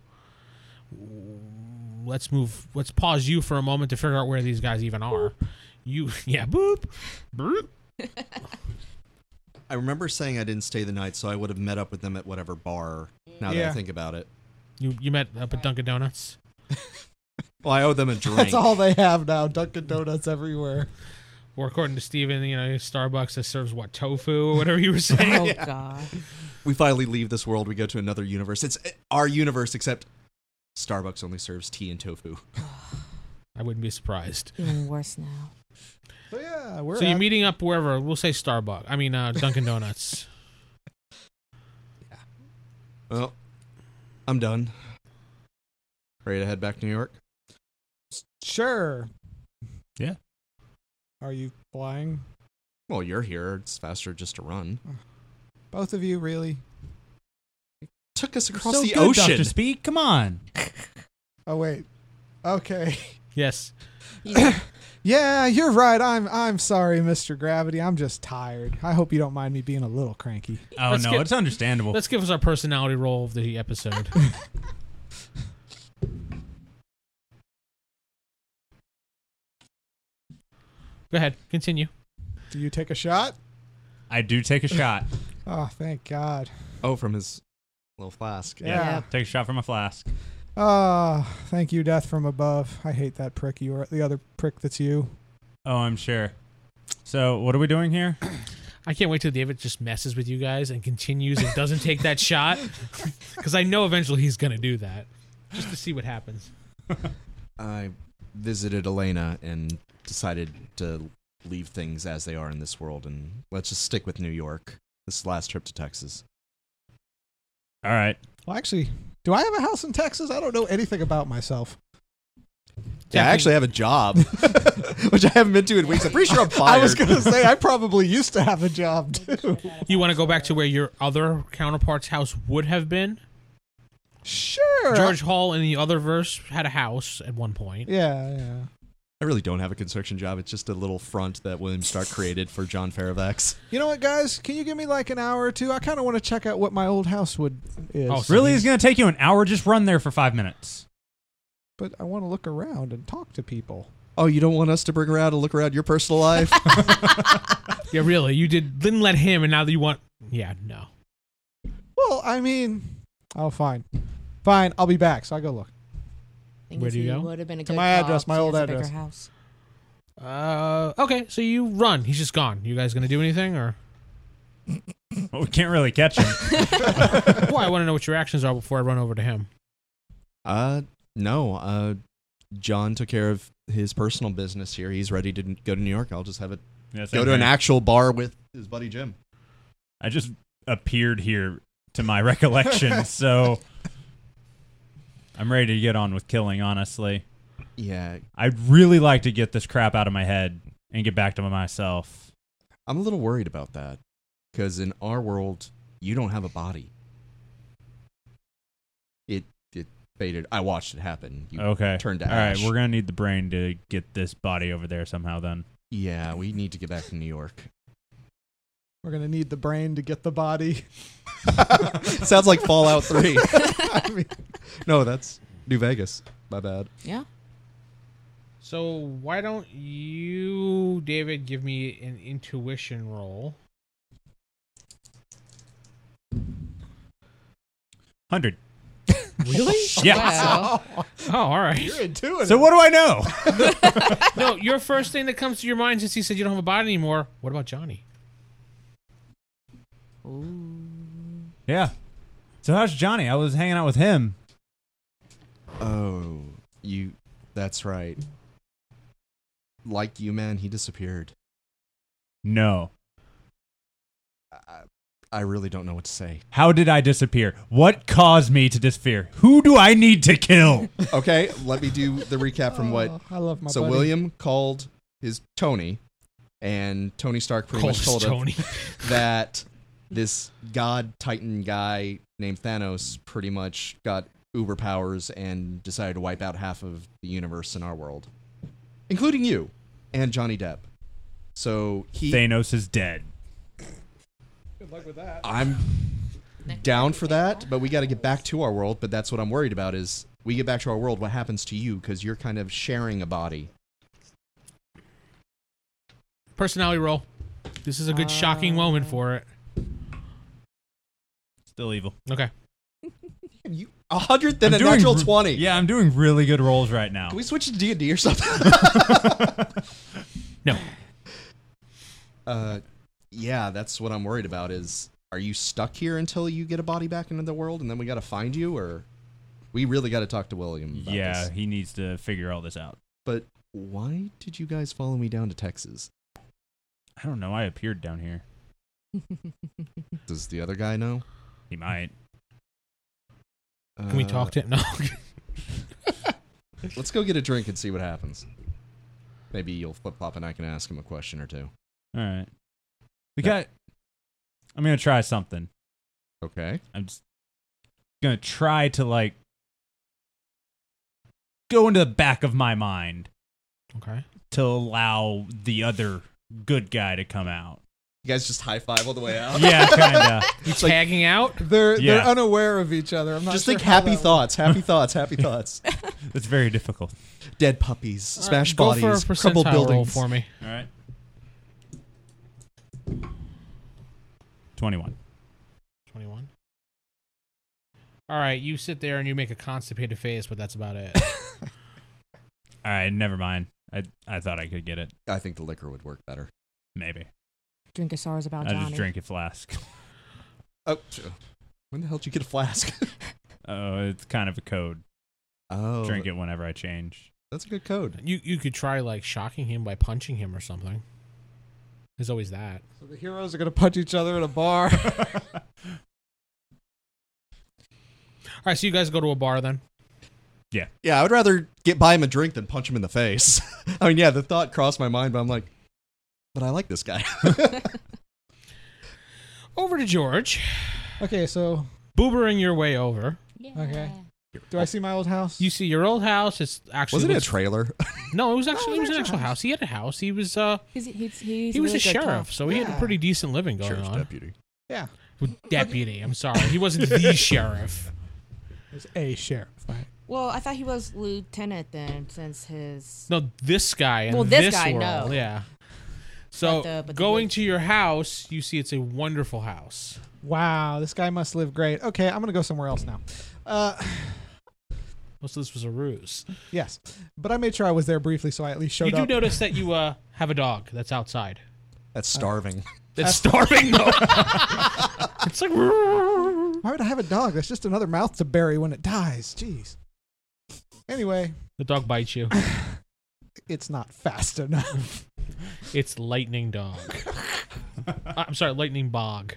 Speaker 1: Let's move. Let's pause you for a moment to figure out where these guys even are. You, yeah, boop, boop.
Speaker 2: I remember saying I didn't stay the night, so I would have met up with them at whatever bar. Now that I
Speaker 4: Yeah.
Speaker 2: think about it,
Speaker 1: You you met up at Dunkin' Donuts.
Speaker 2: well, I owe them a drink.
Speaker 4: That's all they have now. Dunkin' Donuts everywhere.
Speaker 1: Or according to Steven, you know, Starbucks that serves what tofu or whatever you were saying.
Speaker 5: Oh god.
Speaker 2: We finally leave this world. We go to another universe. It's our universe, except Starbucks only serves tea and tofu.
Speaker 1: I wouldn't be surprised.
Speaker 5: Even worse now.
Speaker 4: So yeah, we're
Speaker 1: so you're
Speaker 4: at-
Speaker 1: meeting up wherever. We'll say Starbucks. I mean uh, Dunkin' Donuts.
Speaker 2: Well, I'm done. Ready to head back to New York?
Speaker 4: sure.
Speaker 3: Yeah.
Speaker 4: Are you flying?
Speaker 2: Well, you're here. It's faster just to run.
Speaker 4: Both of you really?
Speaker 2: Took us across
Speaker 3: so
Speaker 2: the
Speaker 3: good,
Speaker 2: ocean.
Speaker 3: Dr. Speak, come on.
Speaker 4: Oh wait. Okay.
Speaker 1: yes.
Speaker 4: Yeah, you're right. I'm I'm sorry, Mr. Gravity. I'm just tired. I hope you don't mind me being a little cranky.
Speaker 3: Oh
Speaker 1: Let's
Speaker 3: no,
Speaker 1: get-
Speaker 3: it's understandable.
Speaker 1: Let's give us our personality role of the episode. Go ahead. Continue.
Speaker 4: Do you take a shot?
Speaker 3: I do take a shot.
Speaker 4: Oh, thank God.
Speaker 2: oh, from his little flask.
Speaker 4: Yeah.
Speaker 3: Take a shot from a flask.
Speaker 4: Ah, thank you, Death from above. I hate that prick you are the other prick that's you.
Speaker 3: Oh, I'm sure. So, what are we doing here?
Speaker 1: I can't wait till David just messes with you guys and continues and doesn't take that shot because I know eventually he's going to do that just to see what happens.
Speaker 2: I visited Elena and decided to leave things as they are in this world and let's just stick with New York. This last trip to Texas.
Speaker 3: All right.
Speaker 4: Well, actually, do I have a house in Texas? I don't know anything about myself.
Speaker 2: Yeah, I actually have a job, which I haven't been to in weeks. I'm pretty sure I'm fired.
Speaker 4: I was gonna say I probably used to have a job too.
Speaker 1: You want to go back to where your other counterpart's house would have been?
Speaker 4: Sure.
Speaker 1: George Hall in the other verse had a house at one point.
Speaker 4: Yeah, yeah.
Speaker 2: I really don't have a construction job. It's just a little front that William Stark created for John Fairfax.
Speaker 4: You know what, guys? Can you give me like an hour or two? I kind of want to check out what my old house would is,
Speaker 1: Oh, so
Speaker 3: Really,
Speaker 1: he's-
Speaker 3: it's going to take you an hour. Just run there for five minutes.
Speaker 4: but I want to look around and talk to people.
Speaker 2: Oh, you don't want us to bring around and look around your personal life?
Speaker 1: Yeah, really. You did didn't let him, and now that you want, yeah, no.
Speaker 4: Well, I mean, oh, fine, fine. I'll be back. So I go look.
Speaker 1: Where do you go?
Speaker 5: Would have been a
Speaker 4: To
Speaker 5: good
Speaker 4: my address,
Speaker 5: cop.
Speaker 4: my
Speaker 5: She
Speaker 4: old
Speaker 5: has a bigger
Speaker 4: address.
Speaker 5: House.
Speaker 1: Uh, okay. So you run. He's just gone. You guys gonna do anything or?
Speaker 3: Well, we can't really catch him.
Speaker 1: Well, I want to know what your actions are before I run over to him.
Speaker 2: Uh, no. Uh, John took care of his personal business here. He's ready to n- go to New York. I'll just have it
Speaker 3: Yeah, same
Speaker 2: go to an
Speaker 3: here.
Speaker 2: actual bar with his buddy Jim.
Speaker 3: I just appeared here to my recollection, so I'm ready to get on with killing, honestly.
Speaker 2: Yeah,
Speaker 3: I'd really like to get this crap out of my head and get back to myself.
Speaker 2: I'm a little worried about that because in our world, you don't have a body. It it faded. I watched it happen. You,
Speaker 3: Okay.
Speaker 2: turned to
Speaker 3: All right,
Speaker 2: ash.
Speaker 3: we're going to need the brain to get this body over there somehow then.
Speaker 2: Yeah, we need to get back to New York.
Speaker 4: We're gonna need the brain to get the body.
Speaker 2: Sounds like Fallout Three. I mean, no, that's New Vegas. My bad.
Speaker 5: yeah.
Speaker 1: So why don't you, David, give me an intuition roll?
Speaker 3: 100.
Speaker 1: Really?
Speaker 3: Yeah.
Speaker 5: Wow.
Speaker 1: oh, all right.
Speaker 4: You're into
Speaker 2: Uh,
Speaker 4: it.
Speaker 3: So what do I
Speaker 1: No,
Speaker 3: know?
Speaker 1: your first thing that comes to your mind since he said you don't have a body anymore. What about Johnny?
Speaker 5: Ooh.
Speaker 3: yeah. So how's Johnny? I was hanging out with him.
Speaker 2: Oh, you. That's right. Like you, man, he disappeared.
Speaker 3: No.
Speaker 2: I, I really don't know what to say.
Speaker 3: How did I disappear? What caused me to disappear? Who do I need to kill?
Speaker 2: Okay, let me do the recap from what
Speaker 4: Oh, I love my
Speaker 2: so
Speaker 4: buddy.
Speaker 2: William called his Tony, and Tony Stark pretty
Speaker 1: Calls
Speaker 2: much told him
Speaker 1: Tony.
Speaker 2: that this god titan guy named Thanos pretty much got uber powers and decided to wipe out half of the universe in our world, including you and Johnny Depp. So he,
Speaker 3: Thanos is dead.
Speaker 4: Good luck with that.
Speaker 2: I'm down for that, but we got to get back to our world. But that's what I'm worried about is we get back to our world, what happens to you? Because you're kind of sharing a body.
Speaker 1: Personality roll. This is a good shocking moment for it.
Speaker 3: Still evil.
Speaker 1: Okay.
Speaker 2: You a hundredth and a
Speaker 3: I'm doing
Speaker 2: natural
Speaker 3: re-
Speaker 2: twenty.
Speaker 3: Yeah, I'm doing really good rolls right now.
Speaker 2: Can we switch to D and D or something?
Speaker 1: No.
Speaker 2: Uh, yeah, that's what I'm worried about. Is are you stuck here until you get a body back into the world, and then we got to find you, or we really got to talk to William? About
Speaker 3: yeah,
Speaker 2: this.
Speaker 3: he needs to figure all this out.
Speaker 2: But why did you guys follow me down to Texas?
Speaker 3: I don't know. I appeared down here.
Speaker 2: Does the other guy know?
Speaker 3: He might.
Speaker 1: Can we talk to him? No.
Speaker 2: Uh, Let's go get a drink and see what happens. Maybe you'll flip flop, and I can ask him a question or two.
Speaker 3: All right. We
Speaker 2: Yeah.
Speaker 3: got. I'm gonna try something.
Speaker 2: Okay.
Speaker 3: I'm just gonna try to like go into the back of my mind
Speaker 1: okay.
Speaker 3: to allow the other good guy to come out.
Speaker 2: You guys just high five all the way out.
Speaker 3: Yeah, kinda.
Speaker 2: It's like-
Speaker 1: Tagging out.
Speaker 4: They're they're
Speaker 3: Yeah.
Speaker 4: unaware of each other. I'm not
Speaker 2: just
Speaker 4: sure
Speaker 2: think
Speaker 4: how
Speaker 2: happy
Speaker 4: that
Speaker 2: thoughts, happy thoughts, happy thoughts.
Speaker 3: It's very difficult.
Speaker 2: Dead puppies, smash
Speaker 1: All right,
Speaker 2: bodies,
Speaker 1: go for a
Speaker 2: crumbled
Speaker 1: percentile roll
Speaker 2: buildings.
Speaker 1: for me.
Speaker 3: All right. Twenty-one.
Speaker 1: 21. All right, you sit there and you make a constipated face, but that's about it.
Speaker 3: All right. Never mind. I I thought I could get it.
Speaker 2: I think the liquor would work better.
Speaker 3: Maybe.
Speaker 5: Drink of sorrows about
Speaker 3: I
Speaker 5: Oh, Johnny.
Speaker 3: just drink a flask.
Speaker 2: Oh, when the hell did you get a flask?
Speaker 3: Oh, it's kind of a code.
Speaker 2: oh,
Speaker 3: Drink it whenever I change.
Speaker 2: That's a good code.
Speaker 1: you you could try like shocking him by punching him or something. There's always that.
Speaker 4: one- So the heroes are gonna punch each other at a bar.
Speaker 1: All right, so you guys go to a bar then.
Speaker 2: Yeah, I would rather get buy him a drink than punch him in the face. I mean, yeah, the thought crossed my mind, but I'm like, but I like this guy.
Speaker 1: Over to George,
Speaker 4: okay, so
Speaker 1: boobering your way over.
Speaker 4: Okay. do I see my old house?
Speaker 1: You see your old house. It's actually
Speaker 2: Wasn't it a
Speaker 1: looks-
Speaker 2: trailer?
Speaker 1: no, it was
Speaker 4: it
Speaker 1: actually
Speaker 4: was
Speaker 1: it was an
Speaker 4: actual
Speaker 1: actual
Speaker 4: house.
Speaker 1: house. He had a house. He was uh
Speaker 5: He's, he's, he's
Speaker 1: he was
Speaker 5: really
Speaker 1: a
Speaker 5: good
Speaker 1: sheriff,
Speaker 5: cop.
Speaker 1: so he had a
Speaker 4: Yeah.
Speaker 1: pretty decent living going
Speaker 2: Sheriff's
Speaker 1: on.
Speaker 2: deputy.
Speaker 4: yeah,
Speaker 1: With deputy, I'm sorry, he wasn't the sheriff.
Speaker 4: there's a sheriff. Right?
Speaker 5: Well, I thought he was lieutenant then, since his
Speaker 1: No, this guy and
Speaker 5: Well,
Speaker 1: this,
Speaker 5: this guy, no.
Speaker 1: world, yeah. So
Speaker 5: But the- but the
Speaker 1: going
Speaker 5: big-
Speaker 1: to your house, you see it's a wonderful house.
Speaker 4: Wow, this guy must live great. Okay, I'm gonna go somewhere else now. Uh,
Speaker 1: Most of this was a ruse.
Speaker 4: yes, but I made sure I was there briefly, so I at least showed
Speaker 1: you do
Speaker 4: up.
Speaker 1: notice that you uh, have a dog that's outside.
Speaker 2: That's starving.
Speaker 1: That's starving though. it's like
Speaker 4: Why would I have a dog? That's just another mouth to bury when it dies. Jeez. Anyway,
Speaker 1: the dog bites you.
Speaker 4: it's not fast enough.
Speaker 1: It's lightning dog. Uh, I'm sorry, lightning bog.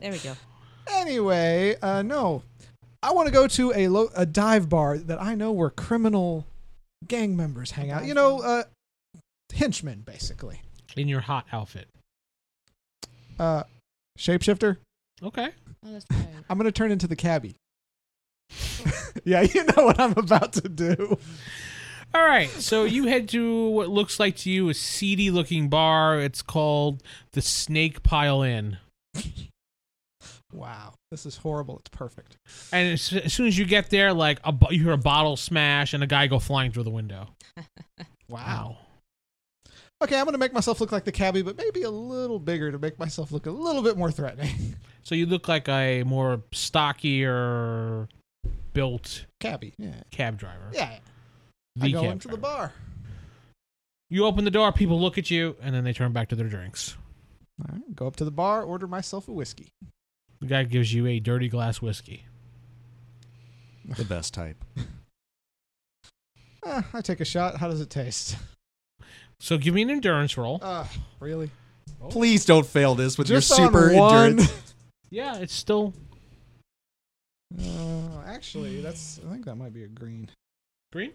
Speaker 5: There we go.
Speaker 4: Anyway, uh, no, I want to go to a lo- a dive bar that I know where criminal gang members hang out. You know, uh, henchmen basically.
Speaker 1: In your hot outfit.
Speaker 4: Uh, shapeshifter.
Speaker 1: Okay.
Speaker 5: Oh, that's right.
Speaker 4: I'm gonna turn into the cabbie. yeah, you know what I'm about to do.
Speaker 1: All right. So you head to what looks like to you a seedy looking bar. It's called the Snake Pile Inn.
Speaker 4: Wow, this is horrible. It's perfect.
Speaker 1: And as, as soon as you get there, like a, bo- you hear a bottle smash and a guy go flying through the window. Wow.
Speaker 4: Okay, I'm gonna make myself look like the cabbie, but maybe a little bigger to make myself look a little bit more threatening.
Speaker 1: So you look like a more stockier built
Speaker 4: cabbie. Yeah.
Speaker 1: cab driver.
Speaker 4: Yeah.
Speaker 1: The
Speaker 4: I go
Speaker 1: cab
Speaker 4: into the
Speaker 1: driver.
Speaker 4: bar.
Speaker 1: You open the door, people look at you, and then they turn back to their drinks.
Speaker 4: All right, go up to the bar, order myself a whiskey.
Speaker 1: The guy gives you a dirty glass whiskey.
Speaker 2: The best type.
Speaker 4: Ah, I take a shot. How does it taste?
Speaker 1: So give me an endurance roll.
Speaker 4: Uh, really?
Speaker 2: Please don't fail this with
Speaker 4: Just
Speaker 2: your
Speaker 4: on
Speaker 2: super
Speaker 4: one.
Speaker 2: endurance.
Speaker 1: Yeah, it's still
Speaker 4: Uh, actually, that's. I think that might be a green.
Speaker 1: green.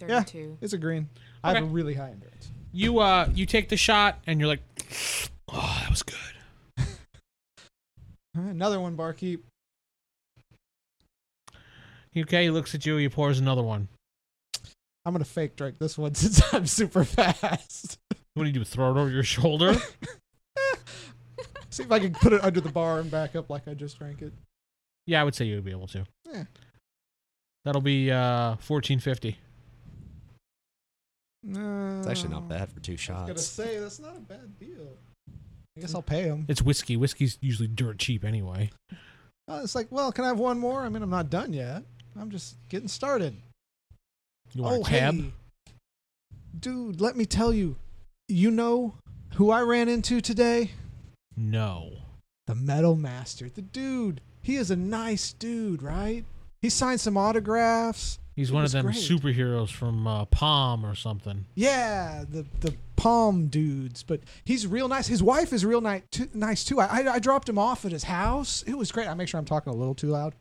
Speaker 4: Yeah.
Speaker 5: 32.
Speaker 4: It's a green. I have a
Speaker 1: Okay.
Speaker 4: really high endurance.
Speaker 1: You uh, you take the shot, and you're like, "Oh, that was good."
Speaker 4: All right, Another one, barkeep.
Speaker 1: Okay, he looks at you. He pours another one.
Speaker 4: I'm gonna fake drink this one since I'm super fast.
Speaker 1: What do you do? Throw it over your shoulder?
Speaker 4: See if I can put it under the bar and back up like I just drank it.
Speaker 1: yeah, I would say you would be able to.
Speaker 4: Yeah.
Speaker 1: That'll be uh, fourteen fifty.
Speaker 4: No.
Speaker 2: It's actually not bad for two
Speaker 4: I was gonna
Speaker 2: shots.
Speaker 4: say that's not a bad deal. I guess I'll pay him.
Speaker 1: It's whiskey. Whiskey's usually dirt cheap anyway.
Speaker 4: Uh, it's like, well, can I have one more? I mean, I'm not done yet. I'm just getting started.
Speaker 1: You want
Speaker 4: oh,
Speaker 1: a tab?
Speaker 4: Hey. Dude, let me tell you. You know who I ran into today?
Speaker 1: No.
Speaker 4: The Metal Master. The dude. He is a nice dude, right? He signed some autographs.
Speaker 1: He's
Speaker 4: It
Speaker 1: one of
Speaker 4: was
Speaker 1: them
Speaker 4: great.
Speaker 1: superheroes from uh, Palm or something.
Speaker 4: Yeah, the the palm dudes, but he's real nice. His wife is real nice too. Nice too. I, I I dropped him off at his house. It was great. I make sure I'm talking a little too loud.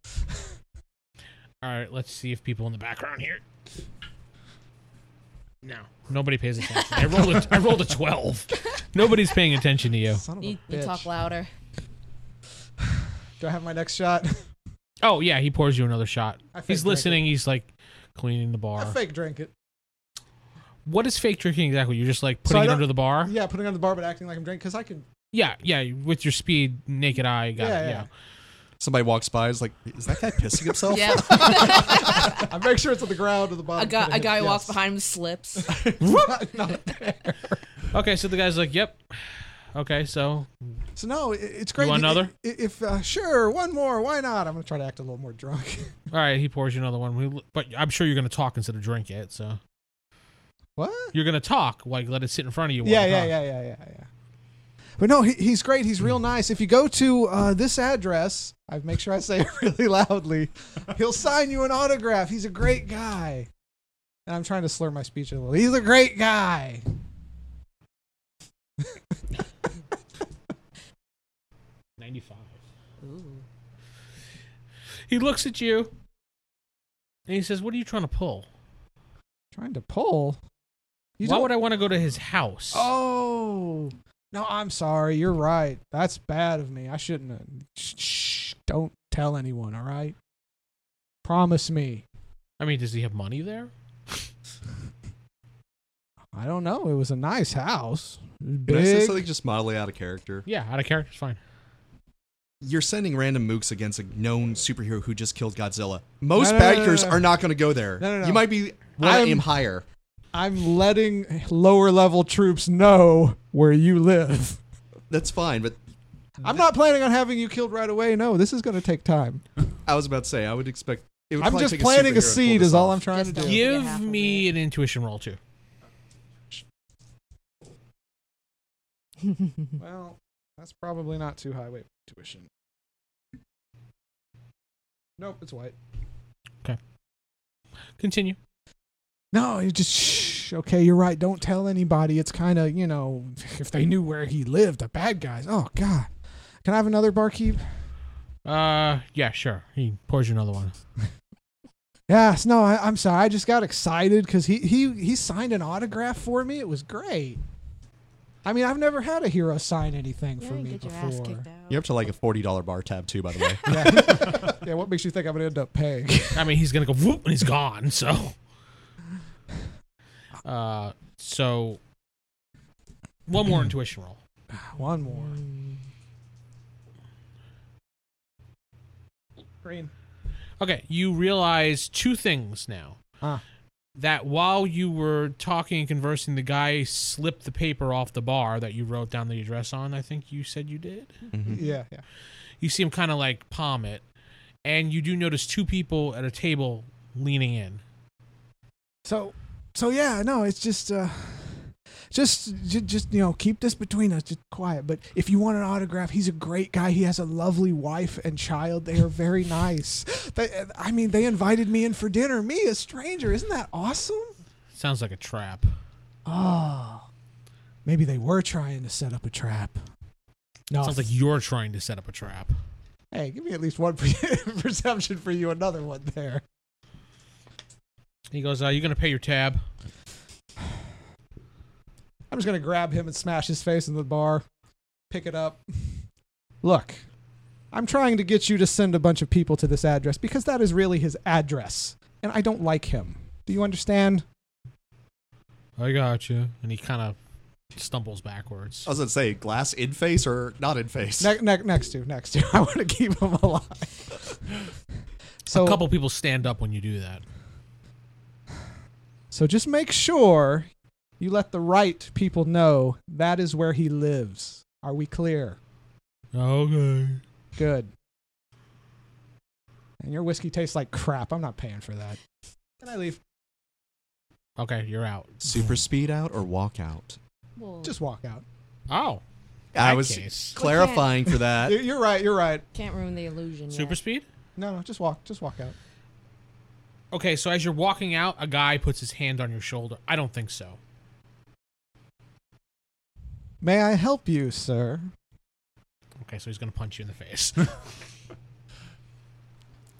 Speaker 1: All right, let's see if people in the background hear. it. No, nobody pays attention. I rolled. A, I rolled a twelve. Nobody's paying attention to you.
Speaker 4: Son of
Speaker 5: You,
Speaker 4: a
Speaker 5: you
Speaker 4: bitch.
Speaker 5: talk louder.
Speaker 4: Do I have my next shot?
Speaker 1: Oh yeah, he pours you another shot.
Speaker 4: I fake
Speaker 1: He's
Speaker 4: drank
Speaker 1: listening. He's like cleaning the
Speaker 4: I
Speaker 1: bar.
Speaker 4: fake drank it.
Speaker 1: what is fake drinking exactly? You're just like
Speaker 4: So
Speaker 1: putting
Speaker 4: I
Speaker 1: it
Speaker 4: don't- Mm.
Speaker 1: under the bar.
Speaker 4: Yeah, putting on the bar, but acting like I'm drinking because I can.
Speaker 1: Yeah, yeah. With your speed, naked eye, got
Speaker 4: Yeah,
Speaker 1: it. Yeah.
Speaker 4: yeah.
Speaker 2: Somebody walks by, is like, is that guy pissing himself?
Speaker 5: Yeah.
Speaker 4: I make sure it's on the ground or the
Speaker 5: a
Speaker 4: bottom.
Speaker 5: guy, a guy
Speaker 4: walks
Speaker 5: walks behind him, slips.
Speaker 4: Not there.
Speaker 1: Okay, so the guy's like, "Yep." Okay, so
Speaker 4: So no, it, it's great.
Speaker 1: want
Speaker 4: I-
Speaker 1: another?
Speaker 4: i- If uh, sure, one more. Why not? I'm gonna try to act a little more drunk.
Speaker 1: all right, he pours you another one. We, but I'm sure you're gonna talk instead of drink it. So
Speaker 4: what?
Speaker 1: you're gonna talk, like let it sit in front of you. while
Speaker 4: Yeah,
Speaker 1: you
Speaker 4: yeah,
Speaker 1: talk.
Speaker 4: yeah, yeah, yeah, yeah. But no, he, he's great. He's real nice. If you go to uh, this address, I make sure I say it really loudly. He'll sign you an autograph. He's a great guy. And I'm trying to slur my speech a little. He's a great guy.
Speaker 1: Ninety-five.
Speaker 5: Ooh.
Speaker 1: He looks at you, and he says, "What are you trying to pull?
Speaker 4: Trying to pull. You
Speaker 1: Why
Speaker 4: don't-
Speaker 1: would I want to go to his house?"
Speaker 4: Oh. No, I'm sorry. You're right. That's bad of me. I shouldn't have. Shh, shh, don't tell anyone, all right? Promise me.
Speaker 1: I mean, does he have money there?
Speaker 4: I don't know. It was a nice house. It was
Speaker 2: Can I say
Speaker 4: big.
Speaker 2: something just mildly out of character?
Speaker 1: Yeah, out of character, it's fine.
Speaker 2: You're sending random mooks against a known superhero who just killed Godzilla. Most
Speaker 4: no, no, no,
Speaker 2: bankers
Speaker 4: no.
Speaker 2: are not going to go there.
Speaker 4: No, no, no.
Speaker 2: You might be. I
Speaker 4: I'm-
Speaker 2: am higher.
Speaker 4: I'm letting lower level troops know where you live.
Speaker 2: That's fine, but
Speaker 4: I'm not planning on having you killed right away. No, this is going to take time.
Speaker 2: I was about to say I would expect. It would
Speaker 4: I'm
Speaker 2: probably
Speaker 4: just
Speaker 2: take superhero
Speaker 4: planting
Speaker 2: to
Speaker 4: a
Speaker 2: pull
Speaker 4: seed,
Speaker 2: this
Speaker 4: is all
Speaker 2: off.
Speaker 4: I'm trying to
Speaker 5: Just
Speaker 4: do.
Speaker 5: don't- Yeah, half
Speaker 1: Give
Speaker 5: of
Speaker 1: me an intuition roll too.
Speaker 4: Well, that's probably not too high. Wait, tuition. Nope, it's white.
Speaker 1: Continue.
Speaker 4: No, you just shh. Okay, you're right. Don't tell anybody. It's kind of you know, if they knew where he lived, the bad guys. Oh God, can I have another barkeep?
Speaker 1: Uh, yeah, sure. He pours you another one.
Speaker 4: Yes. No, I, I'm sorry. I just got excited because he he he signed an autograph for me. It was great. I mean, I've never had a hero sign anything for me before.
Speaker 2: You're up to like a $40 bar tab, too, by the way.
Speaker 4: Yeah. yeah. What makes you think I'm gonna end up paying?
Speaker 1: I mean, he's gonna go whoop and he's gone. So, uh, so one more intuition roll.
Speaker 4: One more. Green.
Speaker 1: Okay, you realize two things now.
Speaker 4: Ah.
Speaker 1: That while you were talking and conversing, the guy slipped the paper off the bar that you wrote down the address on. I think you said you did.
Speaker 2: Mhm.
Speaker 4: Yeah. Yeah.
Speaker 1: You see him kind of like palm it, and you do notice two people at a table leaning in.
Speaker 4: So, so yeah, no, it's just, uh, just, just, just you know, keep this between us, just quiet. But if you want an autograph, he's a great guy. He has a lovely wife and child. They are very nice. They, I mean, they invited me in for dinner. Me, a stranger, isn't that awesome?
Speaker 1: Sounds like a trap.
Speaker 4: Oh, maybe they were trying to set up a trap. No,
Speaker 1: Sounds like you're trying to set up a trap.
Speaker 4: hey, give me at least one perception for you. Another one there.
Speaker 1: He goes, "Are you gonna pay your tab?"
Speaker 4: I'm just gonna grab him and smash his face in the bar, pick it up. Look, I'm trying to get you to send a bunch of people to this address because that is really his address, and I don't like him. Do you understand?
Speaker 1: I got you. And he kind of stumbles backwards.
Speaker 2: I was going to say, glass in face or not in face?
Speaker 4: Ne- ne- next to, next to. I want to keep him alive. So,
Speaker 1: a couple people stand up when you do that.
Speaker 4: so just make sure you let the right people know that is where he lives. Are we clear?
Speaker 1: Okay.
Speaker 4: Good. And your whiskey tastes like crap. I'm not paying for that. Can I leave?
Speaker 1: Okay, you're out.
Speaker 2: Super speed out or walk out?
Speaker 5: Well,
Speaker 4: Just walk out.
Speaker 1: Oh.
Speaker 2: I
Speaker 1: that
Speaker 2: was
Speaker 1: case.
Speaker 2: clarifying for that.
Speaker 4: You- You're right. You're right.
Speaker 5: can't ruin the illusion.
Speaker 1: Super
Speaker 5: yet.
Speaker 1: speed?
Speaker 4: No, no, just walk. Just walk out.
Speaker 1: Okay, so as you're walking out, a guy puts his hand on your shoulder. I don't think so.
Speaker 4: May I help you, sir?
Speaker 1: Okay, so he's going to punch you in the face.
Speaker 2: At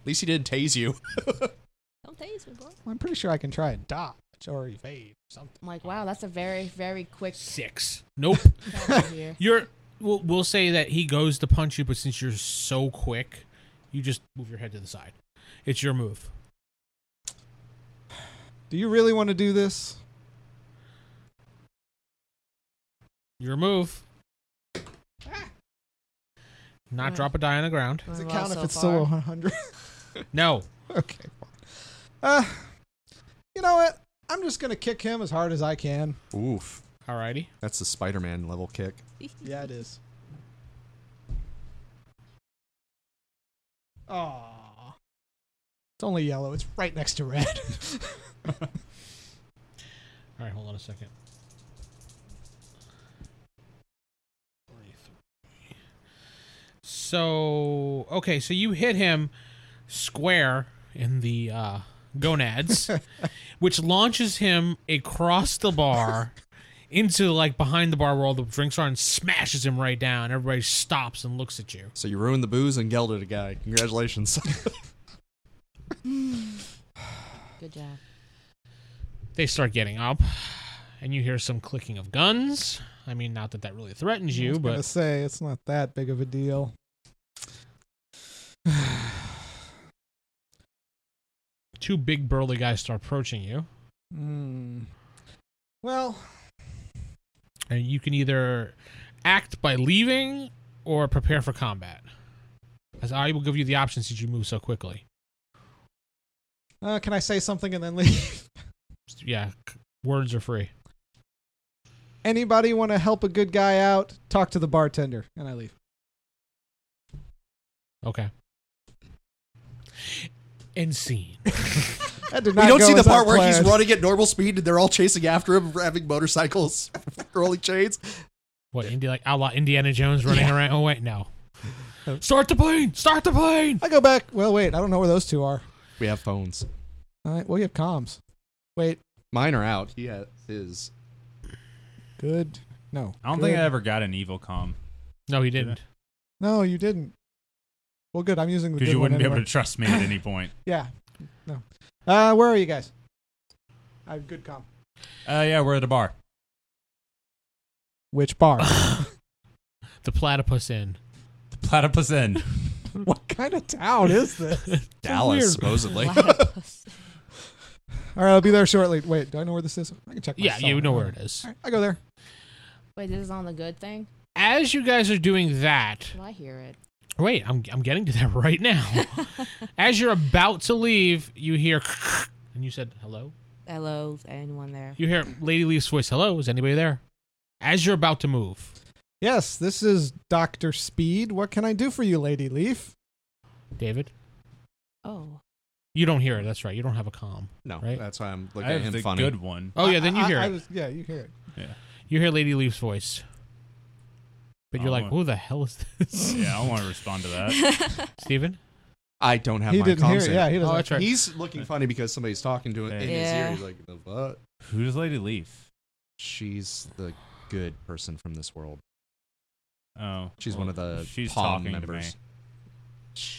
Speaker 2: least he didn't tase you.
Speaker 5: Don't tase me, boy.
Speaker 4: Well, I'm pretty sure I can try and dodge or evade something.
Speaker 5: I'm like, wow, that's a very, very quick
Speaker 1: Six. Nope.
Speaker 5: counter here.
Speaker 1: You're. We'll, we'll say that he goes to punch you, but since you're so quick, you just move your head to the side. It's your move.
Speaker 4: Do you really want to do this?
Speaker 1: Your move. Not
Speaker 5: Right.
Speaker 1: drop a die on the ground.
Speaker 4: Does it
Speaker 5: Well,
Speaker 4: count
Speaker 5: so
Speaker 4: if it's
Speaker 5: far.
Speaker 4: solo 100?
Speaker 1: No.
Speaker 4: okay. fine. Uh, you know what? I'm just gonna kick him as hard as I can.
Speaker 2: Oof.
Speaker 1: Alrighty.
Speaker 2: That's the Spider Man level kick.
Speaker 4: Yeah, it is. Aww. It's only yellow. It's right next to red.
Speaker 1: All right, hold on a second. So okay, so you hit him square in the uh, gonads, which launches him across the bar into like behind the bar where all the drinks are, and smashes him right down. Everybody stops and looks at you.
Speaker 2: So you ruined the booze and yelled at a guy. Congratulations.
Speaker 5: Good job.
Speaker 1: They start getting up, and you hear some clicking of guns. I mean, not that that really threatens
Speaker 4: I
Speaker 1: you,
Speaker 4: was gonna
Speaker 1: but
Speaker 4: say it's not that big of a deal.
Speaker 1: two big burly guys start approaching you.
Speaker 4: Hmm. Well,
Speaker 1: And you can either act by leaving or prepare for combat. As I will give you the options since you move so quickly.
Speaker 4: uh, can I say something and then leave?
Speaker 1: Yeah, c- words are free.
Speaker 4: Anybody want to help a good guy out? Talk to the bartender, and I leave.
Speaker 1: Okay. And scene.
Speaker 4: That did not
Speaker 2: we don't
Speaker 4: go
Speaker 2: see the
Speaker 4: as I
Speaker 2: part where he's
Speaker 4: planned.
Speaker 2: running at normal speed and they're all chasing after him, having motorcycles, rolling chains.
Speaker 1: What Indy like outlaw Indiana Jones running around? Oh wait, no. Start the plane! Start the plane!
Speaker 4: I go back. Well, wait. I don't know where those two are.
Speaker 2: We have phones.
Speaker 4: All right. Well, you have comms. Wait.
Speaker 2: Mine are out. He has his.
Speaker 4: Good. No.
Speaker 3: I don't
Speaker 4: Good.
Speaker 3: think I ever got an evil com
Speaker 1: No, he didn't.
Speaker 4: No, you didn't. Well, good. I'm using the.
Speaker 3: because
Speaker 4: Good
Speaker 3: you
Speaker 4: one
Speaker 3: wouldn't be
Speaker 4: anyway.
Speaker 3: able to trust me at any point.
Speaker 4: Yeah. No. Uh, where are you guys? I have good com.
Speaker 3: Uh, yeah, we're at a bar.
Speaker 4: Which bar?
Speaker 1: The platypus in.
Speaker 3: The Platypus Inn.
Speaker 4: what kind of town is this?
Speaker 2: Dallas,
Speaker 1: weird.
Speaker 2: supposedly.
Speaker 5: Platypus.
Speaker 4: All right, I'll be there shortly. Wait, do I know where this is? I can check. My
Speaker 1: Yeah,
Speaker 4: cell.
Speaker 1: you know where it is.
Speaker 4: All right, I go there.
Speaker 5: Wait, this is on the good thing?
Speaker 1: As you guys are doing that,
Speaker 5: Well, I hear it.
Speaker 1: wait, I'm I'm getting to that right now. As you're about to leave, you hear and you said hello.
Speaker 5: Hello, anyone there?
Speaker 1: You hear Lady Leaf's voice. Hello, is anybody there? As you're about to move,
Speaker 4: Yes, this is Doctor Speed. What can I do for you, Lady Leaf?
Speaker 1: David,
Speaker 5: Oh.
Speaker 1: you don't hear it. That's right. You don't have a calm.
Speaker 2: No,
Speaker 1: Right?
Speaker 2: that's why I'm looking
Speaker 3: I
Speaker 2: at
Speaker 3: have
Speaker 2: him
Speaker 3: the
Speaker 2: funny.
Speaker 3: good one.
Speaker 1: Oh yeah,
Speaker 4: I-
Speaker 1: then you
Speaker 4: I-
Speaker 1: hear
Speaker 4: I
Speaker 1: it.
Speaker 4: was- yeah, you hear it.
Speaker 1: You hear Lady Leaf's voice. But you're
Speaker 3: Oh,
Speaker 1: like,
Speaker 3: my-
Speaker 1: who the hell is this?
Speaker 3: Yeah, I don't want to respond to that.
Speaker 1: Uh, Steven?
Speaker 2: I don't have
Speaker 4: He
Speaker 2: my
Speaker 4: didn't hear
Speaker 2: comms
Speaker 4: it.
Speaker 2: in.
Speaker 4: Yeah, he doesn't.
Speaker 1: Oh, that's right.
Speaker 2: He's looking funny because somebody's talking to him in his
Speaker 5: Yeah.
Speaker 2: ear. He's like, the what?
Speaker 3: Who does Lady Leaf?
Speaker 2: She's the good person from this world.
Speaker 3: Oh,
Speaker 2: She's
Speaker 3: well,
Speaker 2: one of the
Speaker 3: she's
Speaker 2: POM
Speaker 3: talking
Speaker 2: members.
Speaker 3: To me.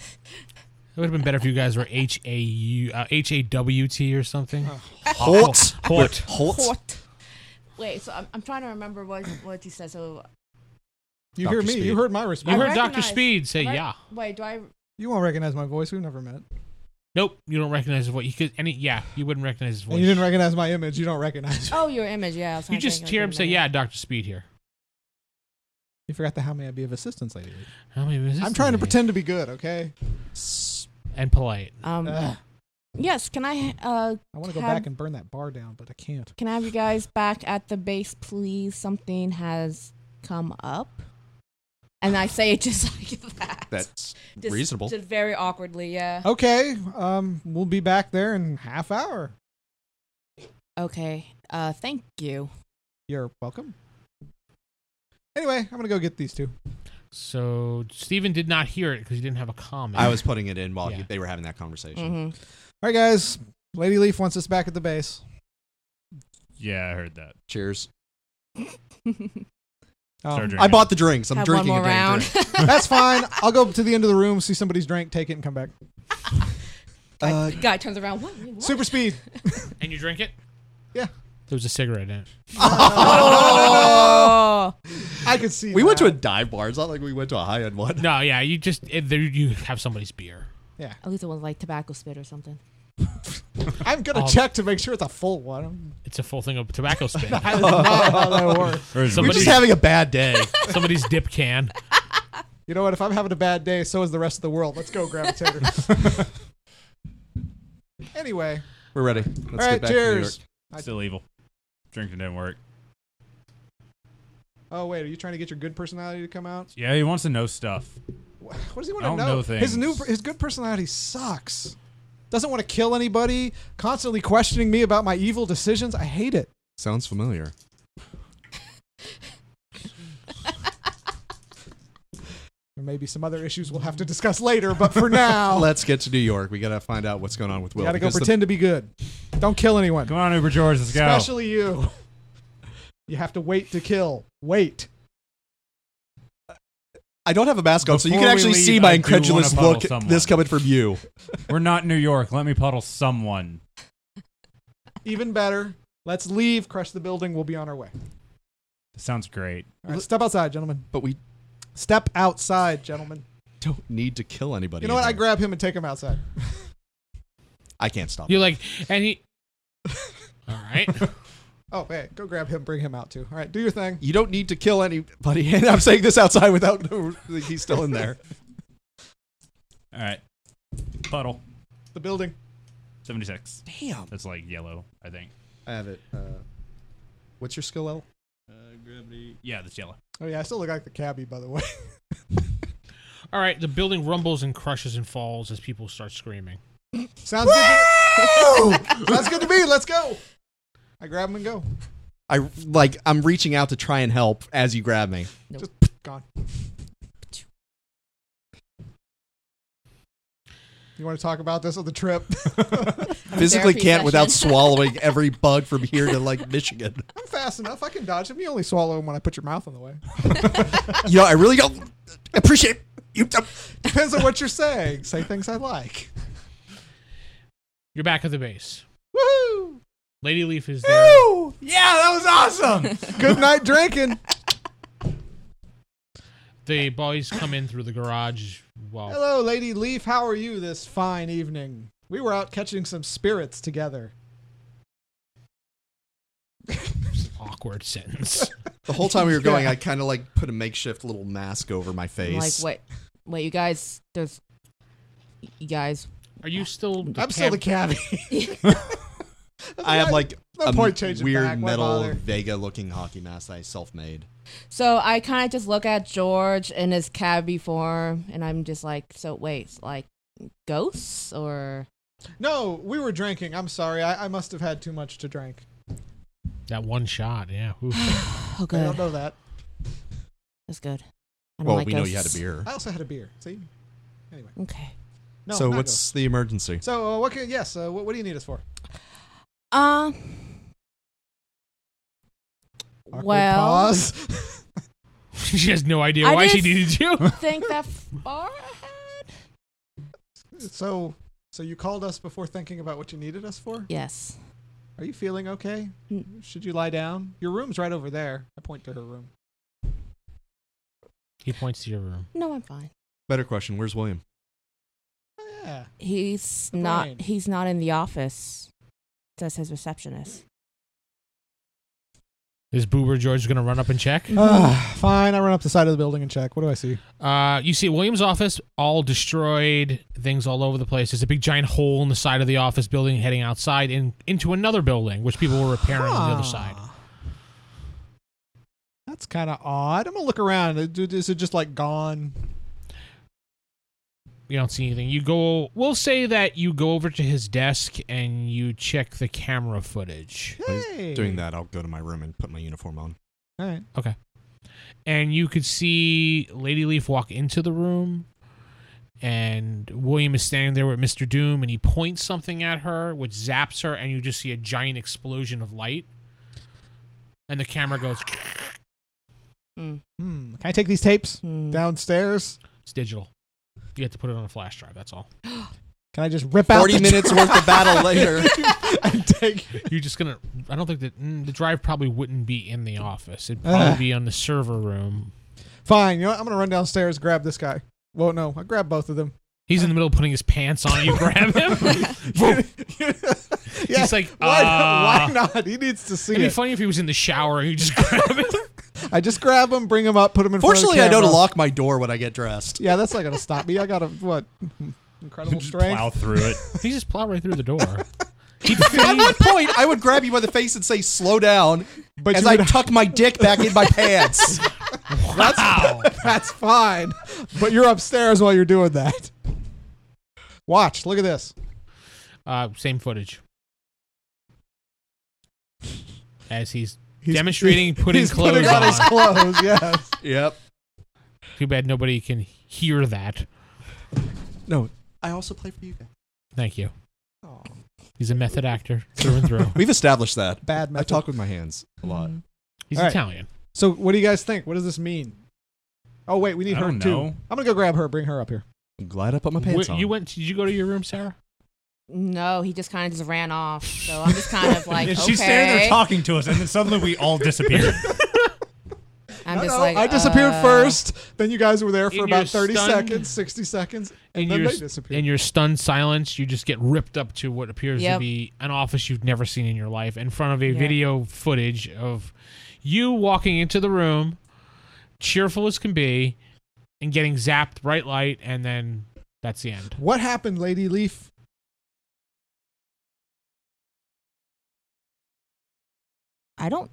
Speaker 1: It would have been better if you guys were H A U uh, H A W T or something.
Speaker 4: Uh,
Speaker 2: Holt.
Speaker 1: Holt.
Speaker 2: Holt.
Speaker 5: What? Wait, so I'm, I'm trying to remember what what you said. So
Speaker 4: you
Speaker 2: Dr.
Speaker 4: hear me.
Speaker 2: Speed.
Speaker 4: You heard my response.
Speaker 1: You
Speaker 5: I
Speaker 1: heard Doctor
Speaker 5: recognize-
Speaker 1: Speed say
Speaker 5: Right?
Speaker 1: yeah.
Speaker 5: Wait, do I?
Speaker 4: You won't recognize my voice. We've never met.
Speaker 1: Nope, you don't recognize his voice. You could any yeah, you wouldn't recognize his voice.
Speaker 4: And you didn't recognize my image. You don't recognize.
Speaker 5: Oh, your image. Yeah. I was
Speaker 1: You
Speaker 5: trying to
Speaker 1: just
Speaker 5: think,
Speaker 1: hear
Speaker 5: like,
Speaker 1: him
Speaker 5: wait a
Speaker 1: say,
Speaker 5: minute.
Speaker 1: Yeah, Doctor Speed here.
Speaker 4: You forgot the how may I be of assistance, Lady Leaf.
Speaker 1: How many visits
Speaker 4: I'm
Speaker 1: did
Speaker 4: trying to
Speaker 1: they-
Speaker 4: pretend to be good. Okay.
Speaker 1: and polite.
Speaker 5: Um.
Speaker 4: Ugh.
Speaker 5: Yes. Can I? Uh.
Speaker 4: I want to go
Speaker 5: Have-
Speaker 4: back and burn that bar down, but I can't.
Speaker 5: Can I have you guys back at the base, please? Something has come up. And I say it just like that.
Speaker 2: That's
Speaker 5: just,
Speaker 2: reasonable.
Speaker 5: Just very awkwardly. Yeah.
Speaker 4: Okay. Um, we'll be back there in half hour.
Speaker 5: Okay. Uh. Thank you.
Speaker 4: You're welcome. Anyway, I'm gonna go get these two.
Speaker 1: So Steven did not hear it because he didn't have a comment.
Speaker 2: I was putting it in while
Speaker 1: Yeah.
Speaker 2: he- they were having that conversation.
Speaker 4: Mm-hmm.
Speaker 5: hmm
Speaker 4: All right, guys. Lady Leaf wants us back at the base.
Speaker 3: Yeah, I heard that.
Speaker 2: Cheers.
Speaker 4: Um,
Speaker 3: Start drinking.
Speaker 2: I bought the drinks. I'm
Speaker 5: Mm-hmm. Have one
Speaker 2: drinking
Speaker 5: more
Speaker 2: a damn
Speaker 5: round.
Speaker 2: drink.
Speaker 4: that's fine. I'll go to the end of the room, see somebody's drink, take it, and come back.
Speaker 5: Guy,
Speaker 2: Uh,
Speaker 5: guy turns around. What? Wait, what?
Speaker 4: Super speed.
Speaker 1: and you drink it?
Speaker 4: Yeah.
Speaker 1: There was a cigarette in it.
Speaker 5: Oh.
Speaker 4: I could see.
Speaker 2: We went to
Speaker 4: that.
Speaker 2: a dive bar. It's not like we went to a high end one.
Speaker 1: No, yeah, you just it, there, you have somebody's beer.
Speaker 5: At least it was like tobacco spit or something.
Speaker 4: I'm gonna
Speaker 1: Um,
Speaker 4: check to make sure it's a full one.
Speaker 1: It's a full thing of tobacco spit.
Speaker 4: How that works.
Speaker 3: Or is it
Speaker 2: We're
Speaker 1: Somebody-
Speaker 2: just having a bad day.
Speaker 1: Somebody's dip can.
Speaker 4: You know what? If I'm having a bad day, so is the rest of the world. Let's go, gravitator. anyway,
Speaker 2: We're ready. Let's
Speaker 4: all
Speaker 2: get
Speaker 4: right,
Speaker 2: back
Speaker 4: cheers.
Speaker 2: to
Speaker 3: still evil? Drinking didn't work.
Speaker 4: Oh wait, are you trying to get your good personality to come out?
Speaker 3: Yeah, he wants to know stuff.
Speaker 4: Wha- What does he want
Speaker 3: I
Speaker 4: to
Speaker 3: don't
Speaker 4: know?
Speaker 3: know
Speaker 4: his new,
Speaker 3: things.
Speaker 4: his good personality sucks. Doesn't want to kill anybody. Constantly questioning me about my evil decisions. I hate it.
Speaker 2: Sounds familiar.
Speaker 4: There may be some other issues we'll have to discuss later, but for now,
Speaker 2: Let's get to New York. We gotta find out what's going on with Will.
Speaker 4: we gotta go
Speaker 2: because the-
Speaker 4: pretend to be good. Don't kill anyone,
Speaker 3: Come on, Uber George, let's go.
Speaker 4: especially you. You have to wait to kill. Wait.
Speaker 2: I don't have a mask on, so you
Speaker 3: Before
Speaker 2: can
Speaker 3: we
Speaker 2: actually
Speaker 3: leave,
Speaker 2: see my
Speaker 3: I do
Speaker 2: incredulous
Speaker 3: wanna puddle
Speaker 2: look.
Speaker 3: someone.
Speaker 2: This coming from you.
Speaker 3: We're not in New York. Let me puddle someone.
Speaker 4: Even better. Let's leave. Crush the building. We'll be on our way.
Speaker 3: That sounds great.
Speaker 4: All right, step outside, gentlemen.
Speaker 2: But we
Speaker 4: Step outside, gentlemen.
Speaker 2: don't need to kill anybody.
Speaker 4: You know what?
Speaker 2: in
Speaker 4: I
Speaker 2: there.
Speaker 4: grab him and take him outside.
Speaker 2: I can't stop.
Speaker 1: You're like, and he. All right.
Speaker 4: Oh, hey, go grab him. Bring him out too. All right, do your thing.
Speaker 2: You don't need to kill anybody. And I'm saying this outside without he's still in there.
Speaker 3: All right. Puddle.
Speaker 4: The building.
Speaker 3: 76.
Speaker 2: Damn.
Speaker 3: That's like yellow, I think.
Speaker 2: I have it. Uh, what's your skill level?
Speaker 3: Uh, gravity. Yeah, that's yellow.
Speaker 4: Oh yeah, I still look like the cabbie, by the way.
Speaker 1: All right. The building rumbles and crushes and falls as people start screaming.
Speaker 4: Sounds good. To Sounds good to me. Let's go. I grab him and go.
Speaker 2: I like I'm reaching out to try and help as you grab me.
Speaker 4: Gone. You want to talk about this on the trip?
Speaker 2: Physically
Speaker 5: therapy
Speaker 2: can't without
Speaker 5: session.
Speaker 2: swallowing every bug from here to like Michigan.
Speaker 4: I'm fast enough. I can dodge them. You only swallow them when I put your mouth on the way.
Speaker 2: You know, I really don't appreciate you.
Speaker 4: Depends on what you're saying. Say things I like.
Speaker 1: You're back at the base.
Speaker 4: Woo!
Speaker 1: Lady Leaf is there.
Speaker 4: Woo!
Speaker 2: Yeah, that was awesome.
Speaker 4: Good night drinking.
Speaker 1: The boys come in through the garage. Well,
Speaker 4: Hello, Lady Leaf. How are you this fine evening? We were out catching some spirits together.
Speaker 1: awkward sentence.
Speaker 2: The whole time we were going, I kind of like put a makeshift little mask over my
Speaker 5: Like
Speaker 2: face.
Speaker 5: what? Wait, you guys, there's you guys.
Speaker 1: Are you still?
Speaker 4: I'm still the cabbie.
Speaker 2: I have like
Speaker 4: no
Speaker 2: a
Speaker 4: point changing
Speaker 2: weird
Speaker 4: back. Why
Speaker 2: metal
Speaker 4: bother?
Speaker 2: Vega looking hockey mask that I self made.
Speaker 5: So I kind of just look at George in his cabbie form, and I'm just like, so wait, like ghosts or
Speaker 4: No, we were drinking. I'm sorry. I, I must have had too much to drink.
Speaker 1: that one shot. Yeah. Oof.
Speaker 5: oh
Speaker 4: I
Speaker 5: good,
Speaker 4: don't know that.
Speaker 5: that's good. I don't
Speaker 2: Well,
Speaker 5: like
Speaker 2: we know you had a
Speaker 5: ghosts.
Speaker 2: beer.
Speaker 4: I also had a beer. See? Anyway.
Speaker 5: Okay.
Speaker 4: No,
Speaker 2: so
Speaker 4: not
Speaker 2: what's the emergency?
Speaker 4: those. So, uh, what can, yes, uh, what, what do you need us for?
Speaker 5: Um.
Speaker 4: Awkward
Speaker 5: well,
Speaker 4: pause.
Speaker 1: she has no idea
Speaker 5: I
Speaker 1: why she needed
Speaker 5: just-
Speaker 1: you.
Speaker 5: think that far ahead.
Speaker 4: so, so you called us before thinking about what you needed us for?
Speaker 5: Yes.
Speaker 4: Are you feeling okay?
Speaker 5: Mm.
Speaker 4: Should you lie down? Your room's right over there. I point to her room.
Speaker 1: He points to your room.
Speaker 5: No, I'm fine.
Speaker 2: Better question. Where's William?
Speaker 4: Oh, yeah.
Speaker 5: He's
Speaker 4: The
Speaker 5: not.
Speaker 4: brain.
Speaker 5: He's not in the office. Says his receptionist.
Speaker 1: Is Boober George going to run up and check?
Speaker 4: Ah, fine. I run up the side of the building and check. What do I see?
Speaker 1: Uh, you see William's office all destroyed, things all over the place. There's a big giant hole in the side of the office building heading outside in, into another building, which people were repairing on the other side.
Speaker 4: Ah. That's kind of odd. I'm gonna look around. Is it just like gone?
Speaker 1: You don't see anything. You go, we'll say that you go over to his desk and you check the camera footage.
Speaker 2: Please,
Speaker 4: Hey.
Speaker 2: Doing that, I'll go to my room and put my uniform on.
Speaker 4: All right.
Speaker 1: and you could see Lady Leaf walk into the room, and William is standing there with Mister Doom, and he points something at her, which zaps her, and you just see a giant explosion of light, and the camera goes.
Speaker 5: Mm.
Speaker 4: Hmm. Can I take these tapes
Speaker 5: Hmm.
Speaker 4: downstairs?
Speaker 1: It's digital. You have to put it on a flash drive. That's all.
Speaker 4: Can I just rip out
Speaker 2: Forty
Speaker 4: the
Speaker 2: minutes worth of battle later.
Speaker 4: and take?
Speaker 1: You're just gonna. I don't think that mm, the drive probably wouldn't be in the office. It'd
Speaker 4: Ah.
Speaker 1: probably be on the server room.
Speaker 4: Fine. You know what? I'm gonna run downstairs, grab this guy. Well, no, I grab both of them.
Speaker 1: He's in the middle of putting his pants on. You grab him.
Speaker 4: yeah.
Speaker 1: He's like,
Speaker 4: why,
Speaker 1: "Uh."
Speaker 4: why not? He needs to see
Speaker 1: It'd be
Speaker 4: it.
Speaker 1: funny if he was in the shower and you just grab him.
Speaker 4: I just grab him, bring him up, put him in.
Speaker 2: Fortunately, I
Speaker 4: front of the
Speaker 2: know to
Speaker 4: camera.
Speaker 2: lock my door when I get dressed.
Speaker 4: Yeah, that's not gonna stop me. I got a what? Incredible
Speaker 3: Just
Speaker 4: strength.
Speaker 3: plow through it.
Speaker 1: he just plowed right through the door.
Speaker 2: At what point I would grab you by the face and say, "Slow down,"
Speaker 4: But
Speaker 2: as
Speaker 4: you
Speaker 2: I
Speaker 4: would-
Speaker 2: tuck my dick back in my pants.
Speaker 1: Wow.
Speaker 4: That's fine. But you're upstairs while you're doing that. Watch. Look at this.
Speaker 1: Uh, same footage. As he's,
Speaker 4: He's-
Speaker 1: demonstrating putting
Speaker 4: He's
Speaker 1: clothes
Speaker 4: putting
Speaker 1: on.
Speaker 4: on his clothes. Yes.
Speaker 2: Yep.
Speaker 1: Too bad nobody can hear that.
Speaker 2: No, I also play for you guys.
Speaker 1: Thank you.
Speaker 4: Aw.
Speaker 1: He's a method actor through and through.
Speaker 2: We've established that.
Speaker 4: Bad
Speaker 2: I
Speaker 4: method.
Speaker 2: talk with my hands a lot.
Speaker 1: He's
Speaker 4: All right.
Speaker 1: Italian.
Speaker 4: So, what do you guys think? What does this mean? Oh wait, we need
Speaker 3: I
Speaker 4: her
Speaker 3: don't
Speaker 4: too.
Speaker 3: know.
Speaker 4: I'm gonna go grab her. Bring her up here.
Speaker 2: I'm glad I put my pants
Speaker 1: Wh-
Speaker 2: on.
Speaker 1: You went? Did you go to your room, Sarah?
Speaker 5: No, he just kind of just ran off. So I'm just kind of like,
Speaker 3: Yeah,
Speaker 5: okay.
Speaker 3: She's standing there talking to us, and then suddenly we all disappeared.
Speaker 5: I'm
Speaker 4: No,
Speaker 5: just
Speaker 4: no,
Speaker 5: like,
Speaker 4: I disappeared
Speaker 5: uh,
Speaker 4: first. Then you guys were there
Speaker 1: in
Speaker 4: for about
Speaker 1: your
Speaker 4: 30
Speaker 1: stunned-
Speaker 4: seconds, 60 seconds, and
Speaker 1: In
Speaker 4: then
Speaker 1: your,
Speaker 4: they
Speaker 1: s-
Speaker 4: disappeared.
Speaker 1: in your stunned silence, you just get ripped up to what appears to
Speaker 5: Yep.
Speaker 1: be an office you've never seen in your life in front of a
Speaker 5: Yeah.
Speaker 1: video footage of you walking into the room, cheerful as can be, and getting zapped bright light, and then that's the end.
Speaker 4: what happened, Lady Leaf?
Speaker 5: I don't.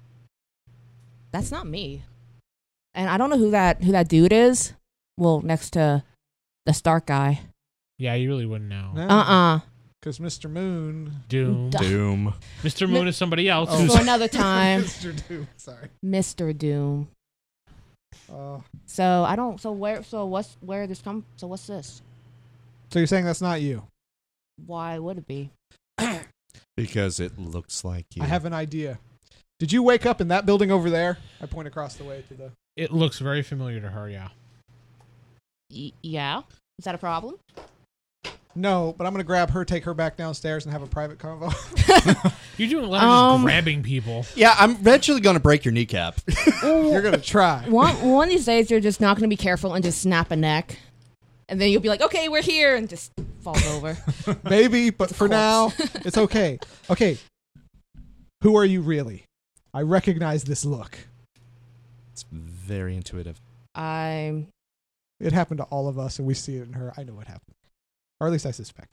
Speaker 5: That's not me. And I don't know who that who that dude is. Well, next to the Stark guy.
Speaker 1: Oh.
Speaker 4: Oh.
Speaker 1: Yeah, you really wouldn't know.
Speaker 5: Uh uh
Speaker 4: because Mr. Moon.
Speaker 1: Doom.
Speaker 5: Duh.
Speaker 2: Doom.
Speaker 1: Mr. Moon is somebody else.
Speaker 4: Oh.
Speaker 1: who's-
Speaker 5: For another time,
Speaker 4: Mr. Doom. Sorry.
Speaker 5: Mr. Doom.
Speaker 4: Uh,
Speaker 5: So I don't. So where? So what's where this come? So what's this?
Speaker 4: so you're saying that's not you?
Speaker 5: Why would it be?
Speaker 2: Because it looks like you.
Speaker 4: I have an idea. Did you wake up in that building over there? I point across the way to the.
Speaker 1: it looks very familiar to her. Yeah.
Speaker 5: Y- yeah. Is that a problem?
Speaker 4: No, but I'm gonna grab her, take her back downstairs, and have a private convo.
Speaker 1: You're doing a lot of
Speaker 5: Um,
Speaker 1: just grabbing people.
Speaker 2: Yeah, I'm eventually gonna break your kneecap.
Speaker 4: you're gonna try.
Speaker 5: one one of these days you're just not going to be careful and just snap a neck, and then you'll be like, okay, we're here, and just falls over.
Speaker 4: Maybe, but for
Speaker 5: corpse.
Speaker 4: now, it's okay. Okay. Who are you really? I recognize this look.
Speaker 2: It's very intuitive.
Speaker 5: I'm
Speaker 4: It happened to all of us, and we see it in her. I know what happened, or at least I suspect.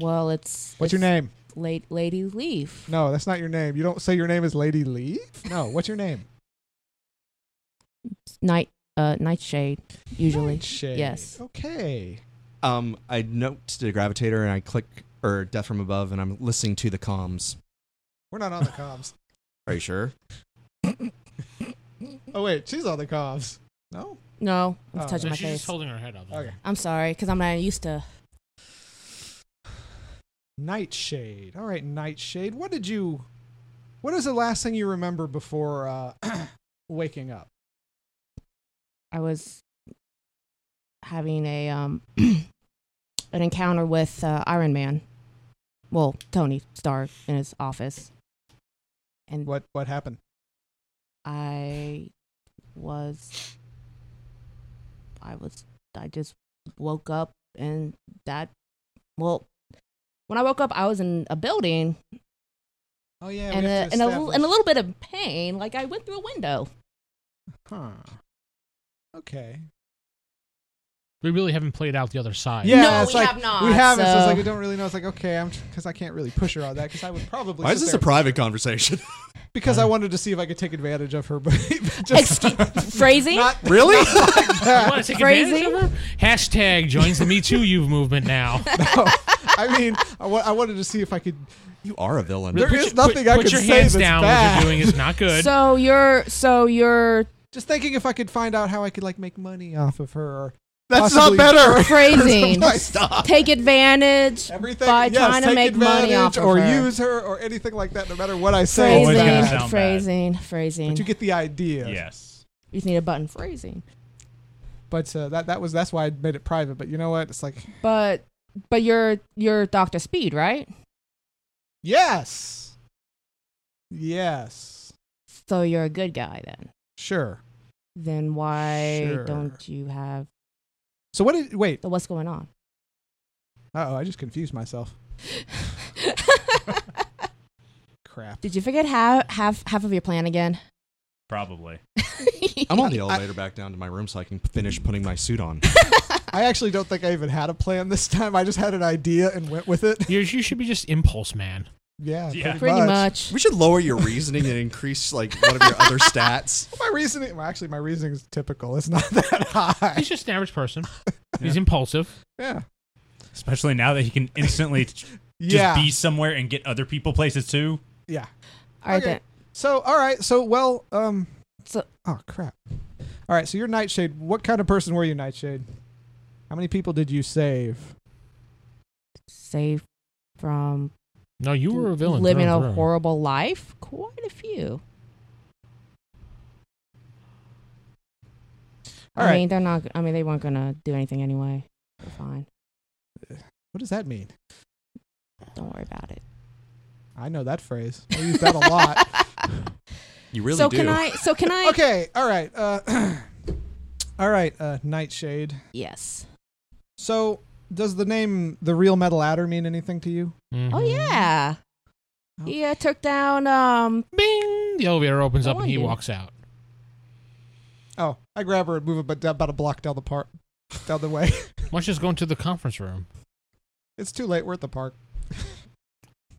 Speaker 5: well. It's
Speaker 4: What's your
Speaker 5: it's
Speaker 4: name?
Speaker 5: La- Lady Leaf.
Speaker 4: No, that's not your name. You don't say your name is Lady Lee. No, what's your name?
Speaker 5: Night uh Nightshade usually.
Speaker 4: Nightshade.
Speaker 5: Yes.
Speaker 4: Okay.
Speaker 2: Um, I note the gravitator and I click or death from above, and I'm listening to the comms.
Speaker 4: We're not on the comms.
Speaker 2: Are you sure?
Speaker 4: oh wait, she's on the comms. No.
Speaker 5: No, I'm
Speaker 4: Oh,
Speaker 5: touching
Speaker 1: No,
Speaker 5: my
Speaker 1: she's
Speaker 5: face.
Speaker 1: just holding her head up.
Speaker 4: Okay.
Speaker 5: I'm sorry because I'm not used to.
Speaker 4: Nightshade. All right, Nightshade. What did you? What is the last thing you remember before uh, waking up?
Speaker 5: I was having a um an encounter with uh, Iron Man. Well, Tony Stark in his office, and
Speaker 4: What What happened?
Speaker 5: I was I was I just woke up and that well when I woke up I was in a building
Speaker 4: Oh yeah,
Speaker 5: and a, and a little- and a little bit of pain like I went through a window.
Speaker 4: Huh. Okay.
Speaker 1: We really haven't played out the other side.
Speaker 5: Yeah. No, we have not,
Speaker 4: We haven't. So, it's
Speaker 5: so-
Speaker 4: like we don't really know. It's like okay, I'm because I can't really push her on that because I would probably.
Speaker 2: Why is
Speaker 4: sit
Speaker 2: this a
Speaker 4: there-
Speaker 2: private conversation?
Speaker 4: Because I wanted to see if I could take advantage of her, but just
Speaker 5: Excuse, phrasing?
Speaker 4: not
Speaker 2: really?
Speaker 1: You want to take advantage
Speaker 5: Phrasing?
Speaker 1: of her? Hashtag joins the Me Too You've movement now.
Speaker 4: no. I mean, I wa- I wanted to see if I could.
Speaker 2: you are a villain.
Speaker 4: There is nothing
Speaker 1: put
Speaker 4: I
Speaker 1: put
Speaker 4: could
Speaker 1: your
Speaker 4: say
Speaker 1: hands
Speaker 4: that's
Speaker 1: down.
Speaker 4: bad.
Speaker 1: What you're doing is not good.
Speaker 5: so you're so you're
Speaker 4: Just thinking if I could find out how I could like make money off of her. Or
Speaker 2: That's
Speaker 4: possibly-
Speaker 2: not better.
Speaker 4: Oh
Speaker 5: phrasing.
Speaker 2: Stop.
Speaker 5: Take advantage
Speaker 4: Everything
Speaker 5: by
Speaker 4: yes,
Speaker 5: trying to
Speaker 4: take
Speaker 5: make money off
Speaker 4: advantage
Speaker 5: of
Speaker 4: or
Speaker 5: her.
Speaker 4: use her or anything like that. No matter what I say,
Speaker 3: Always
Speaker 4: Oh, it's bad.
Speaker 3: gonna
Speaker 5: Phrasing,
Speaker 3: sound bad.
Speaker 5: phrasing, phrasing.
Speaker 4: but you get the idea.
Speaker 3: Yes.
Speaker 5: You just need a button phrasing.
Speaker 4: But uh, that that was that's why I made it private. But you know what? It's like
Speaker 5: But but you're you're Doctor Speed, right?
Speaker 4: yes, yes,
Speaker 5: So you're a good guy then.
Speaker 4: sure.
Speaker 5: Then why
Speaker 4: Sure.
Speaker 5: don't you have?
Speaker 4: So what did wait?
Speaker 5: So what's going on?
Speaker 4: Uh oh, I just confused myself. Crap.
Speaker 5: Did you forget half half half of your plan again?
Speaker 3: Probably.
Speaker 2: I'm on the elevator back down to my room so I can finish putting my suit on.
Speaker 4: I actually don't think I even had a plan this time. I just had an idea and went with it.
Speaker 1: You're, you should be just impulse man.
Speaker 4: Yeah,
Speaker 3: Yeah.
Speaker 4: pretty,
Speaker 5: Pretty
Speaker 4: much.
Speaker 5: much.
Speaker 2: We should lower your reasoning and increase like one of your other stats.
Speaker 4: My reasoning, well, actually, my reasoning is typical. It's not that high.
Speaker 1: He's just an average person. He's impulsive.
Speaker 4: Yeah,
Speaker 3: Especially now that he can instantly t- just
Speaker 4: yeah,
Speaker 3: be somewhere and get other people places too.
Speaker 4: yeah.
Speaker 5: All right
Speaker 4: Okay.
Speaker 5: then.
Speaker 4: So, all right. So, well, um,
Speaker 5: So-
Speaker 4: oh crap. All right. So, you're Nightshade. What kind of person were you, Nightshade? How many people did you save?
Speaker 5: Save from
Speaker 1: No, you were a villain.
Speaker 5: living
Speaker 1: through
Speaker 5: a
Speaker 1: and through.
Speaker 5: horrible life. Quite a few.
Speaker 4: All
Speaker 5: I
Speaker 4: right.
Speaker 5: mean, they're not. I mean, they weren't gonna do anything anyway. They're fine.
Speaker 4: What does that mean?
Speaker 5: Don't worry about it.
Speaker 4: I know that phrase. I use that a lot.
Speaker 2: You really
Speaker 5: so
Speaker 2: do.
Speaker 5: can I? So can I?
Speaker 4: okay. All right. Uh, all right. Uh, Nightshade.
Speaker 5: Yes.
Speaker 4: So, does the name the real metal adder mean anything to you?
Speaker 2: Mm-hmm.
Speaker 1: Mhm.
Speaker 5: Oh yeah.
Speaker 4: Oh.
Speaker 5: He uh, took down. Um.
Speaker 1: Bing! The elevator opens
Speaker 5: Oh,
Speaker 1: up
Speaker 5: I
Speaker 1: and he
Speaker 5: do.
Speaker 1: walks out.
Speaker 4: Oh, I grab her and move about about a block down the park, down the way.
Speaker 1: Why don't you just go into the conference room?
Speaker 4: it's too late. We're at the park.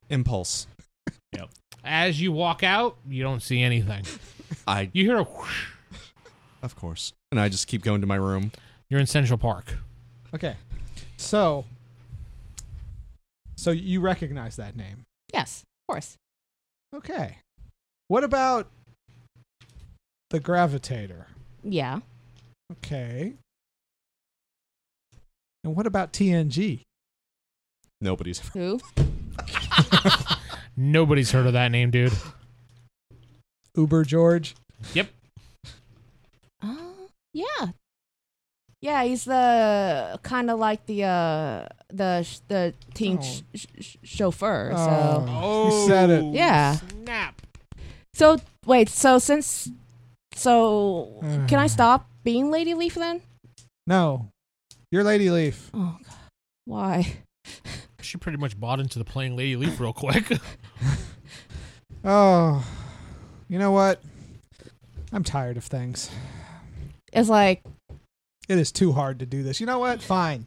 Speaker 2: Impulse.
Speaker 1: As you walk out, you don't see anything.
Speaker 2: I,
Speaker 1: You hear a whoosh.
Speaker 2: of course. And I just keep going to my room.
Speaker 1: You're in Central Park.
Speaker 4: Okay. So, So you recognize that name.
Speaker 5: Yes, of course.
Speaker 4: Okay. What about the Gravitator?
Speaker 5: Yeah.
Speaker 4: Okay. And what about TNG?
Speaker 2: Nobody's.
Speaker 5: Who?
Speaker 1: Nobody's heard of that name, dude.
Speaker 4: Uber George?
Speaker 5: Uh, yeah. Yeah, he's the kind of like the uh the sh- the teen sh- sh- sh- chauffeur. So
Speaker 4: Oh, you said it.
Speaker 5: Yeah.
Speaker 1: Snap.
Speaker 5: so wait, so since so can I
Speaker 4: Uh.
Speaker 5: stop being Lady Leaf then?
Speaker 4: No. You're Lady Leaf.
Speaker 5: Oh god. Why?
Speaker 1: She pretty much bought into the playing Lady Leaf real quick.
Speaker 4: Oh. You know what? I'm tired of things.
Speaker 5: It's like
Speaker 4: It is too hard to do this. You know what? Fine.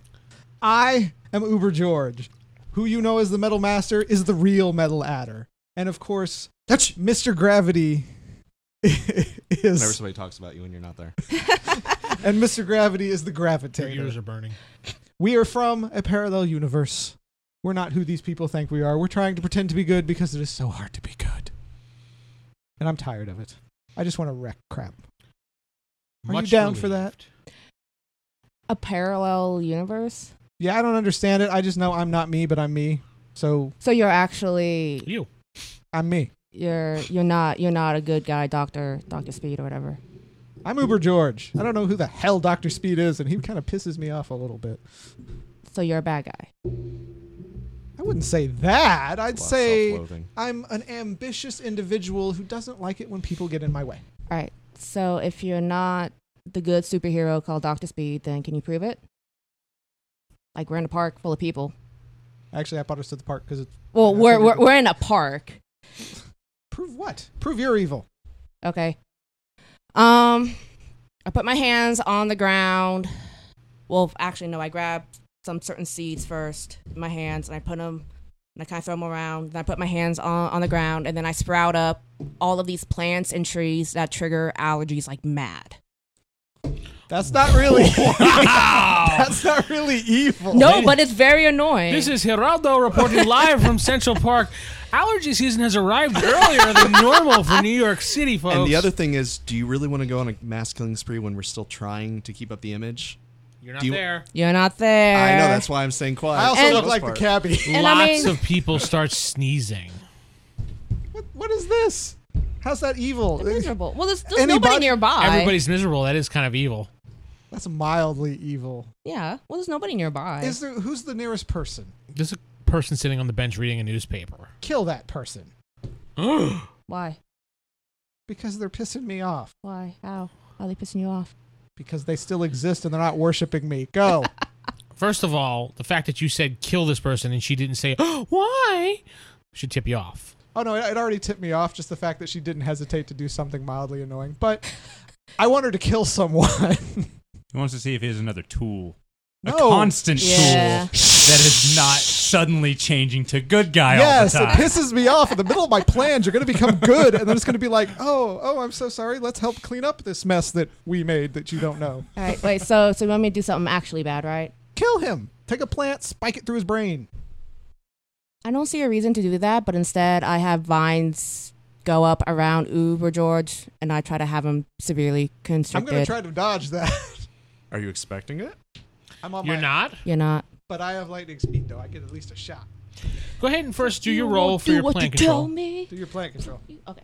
Speaker 4: I am Uber George. Who you know as the Metal Master is the real Metal Adder. And of course,
Speaker 2: That's
Speaker 4: Mr. Gravity
Speaker 2: Whenever
Speaker 4: is
Speaker 2: somebody talks about you and you're not there.
Speaker 4: and Mr. Gravity is the
Speaker 1: Your ears
Speaker 4: gravitator.
Speaker 1: are burning.
Speaker 4: We are from a parallel universe. We're not who these people think we are. We're trying to pretend to be good because it is so hard to be good. And I'm tired of it. I just want to wreck crap. Are you down for that?
Speaker 5: a parallel universe.
Speaker 4: Yeah, I don't understand it. I just know I'm not me, but I'm me. So
Speaker 5: So you're actually
Speaker 1: You.
Speaker 4: I'm me.
Speaker 5: you're you're not you're not a good guy, Doctor Doctor Speed or whatever.
Speaker 4: I'm Uber George. I don't know who the hell Dr. Speed is, and he kind of pisses me off a little bit.
Speaker 5: So you're a bad guy.
Speaker 4: I wouldn't say that. I'd
Speaker 2: Well,
Speaker 4: say
Speaker 2: self-loathing.
Speaker 4: I'm an ambitious individual who doesn't like it when people get in my way.
Speaker 5: All right. So if you're not the good superhero called Doctor Speed, then can you prove it? Like we're in a park full of people.
Speaker 4: Actually, I brought us to the park because it's Yeah,
Speaker 5: Well,
Speaker 4: I
Speaker 5: we're,
Speaker 4: figured
Speaker 5: we're we're in a park.
Speaker 4: prove what? Prove you're evil.
Speaker 5: Okay. Um, I put my hands on the ground. Well, actually, no. I grab some certain seeds first in my hands, and I put them. And I kind of throw them around. Then I put my hands on, on the ground, and then I sprout up all of these plants and trees that trigger allergies like mad.
Speaker 4: That's not really. that's not really
Speaker 2: Oh,
Speaker 4: evil.
Speaker 5: No, but it's very annoying.
Speaker 1: This is Geraldo reporting live from Central Park. Allergy season has arrived earlier than normal for New York City, folks.
Speaker 2: And the other thing is, do you really want to go on a mass killing spree when we're still trying to keep up the image?
Speaker 1: You're not
Speaker 2: do you-
Speaker 1: there.
Speaker 5: You're not there.
Speaker 2: I know that's why I'm staying quiet.
Speaker 4: I also
Speaker 5: Eh. And-
Speaker 4: look like the cabbie.
Speaker 5: And
Speaker 1: Lots
Speaker 5: I mean-
Speaker 1: of people start sneezing.
Speaker 4: What, what is this? How's that evil?
Speaker 5: They're miserable. Well, there's, there's
Speaker 4: Anybody-
Speaker 5: nobody nearby.
Speaker 1: Everybody's miserable. That is kind of evil.
Speaker 4: That's mildly evil.
Speaker 5: Yeah. Well, there's nobody nearby.
Speaker 4: Is there? Who's the nearest person?
Speaker 1: There's a person sitting on the bench reading a newspaper.
Speaker 4: Kill that person
Speaker 5: Why?
Speaker 4: because they're pissing me off.
Speaker 5: Why? How? Why are they pissing you off?
Speaker 4: Because they still exist and they're not worshiping me. Go.
Speaker 1: First of all, the fact that you said kill this person and she didn't say why should tip you off.
Speaker 4: oh no, it, it already tipped me off just the fact that she didn't hesitate to do something mildly annoying. But I want her to kill someone.
Speaker 3: He wants to see if he has another tool.
Speaker 4: no.
Speaker 3: A constant
Speaker 5: Yeah.
Speaker 3: tool that is not suddenly changing to good guy
Speaker 4: Yes,
Speaker 3: all
Speaker 4: it
Speaker 3: the time.
Speaker 4: pisses me off. In the middle of my plans, you're going to become good, and then it's going to be like, oh, oh, I'm so sorry. Let's help clean up this mess that we made that you don't know.
Speaker 5: All right. Wait. So, so you want me to do something actually bad, right?
Speaker 4: Kill him. Take a plant, spike it through his brain.
Speaker 5: I don't see a reason to do that, but instead, I have vines go up around Uber George, and I try to have him severely
Speaker 4: I'm
Speaker 5: constricted.
Speaker 4: going to try to dodge that.
Speaker 2: Are you expecting it?
Speaker 4: I'm on
Speaker 5: Oh
Speaker 1: You're
Speaker 4: my,
Speaker 1: not.
Speaker 5: You're not.
Speaker 4: but I have lightning speed though. I get at least a shot.
Speaker 1: Go ahead and first do
Speaker 5: You
Speaker 1: your
Speaker 5: won't
Speaker 1: roll for
Speaker 5: do
Speaker 1: your
Speaker 5: what
Speaker 1: plan
Speaker 5: you
Speaker 1: control.
Speaker 5: Tell me.
Speaker 4: Do your plant control.
Speaker 5: Okay.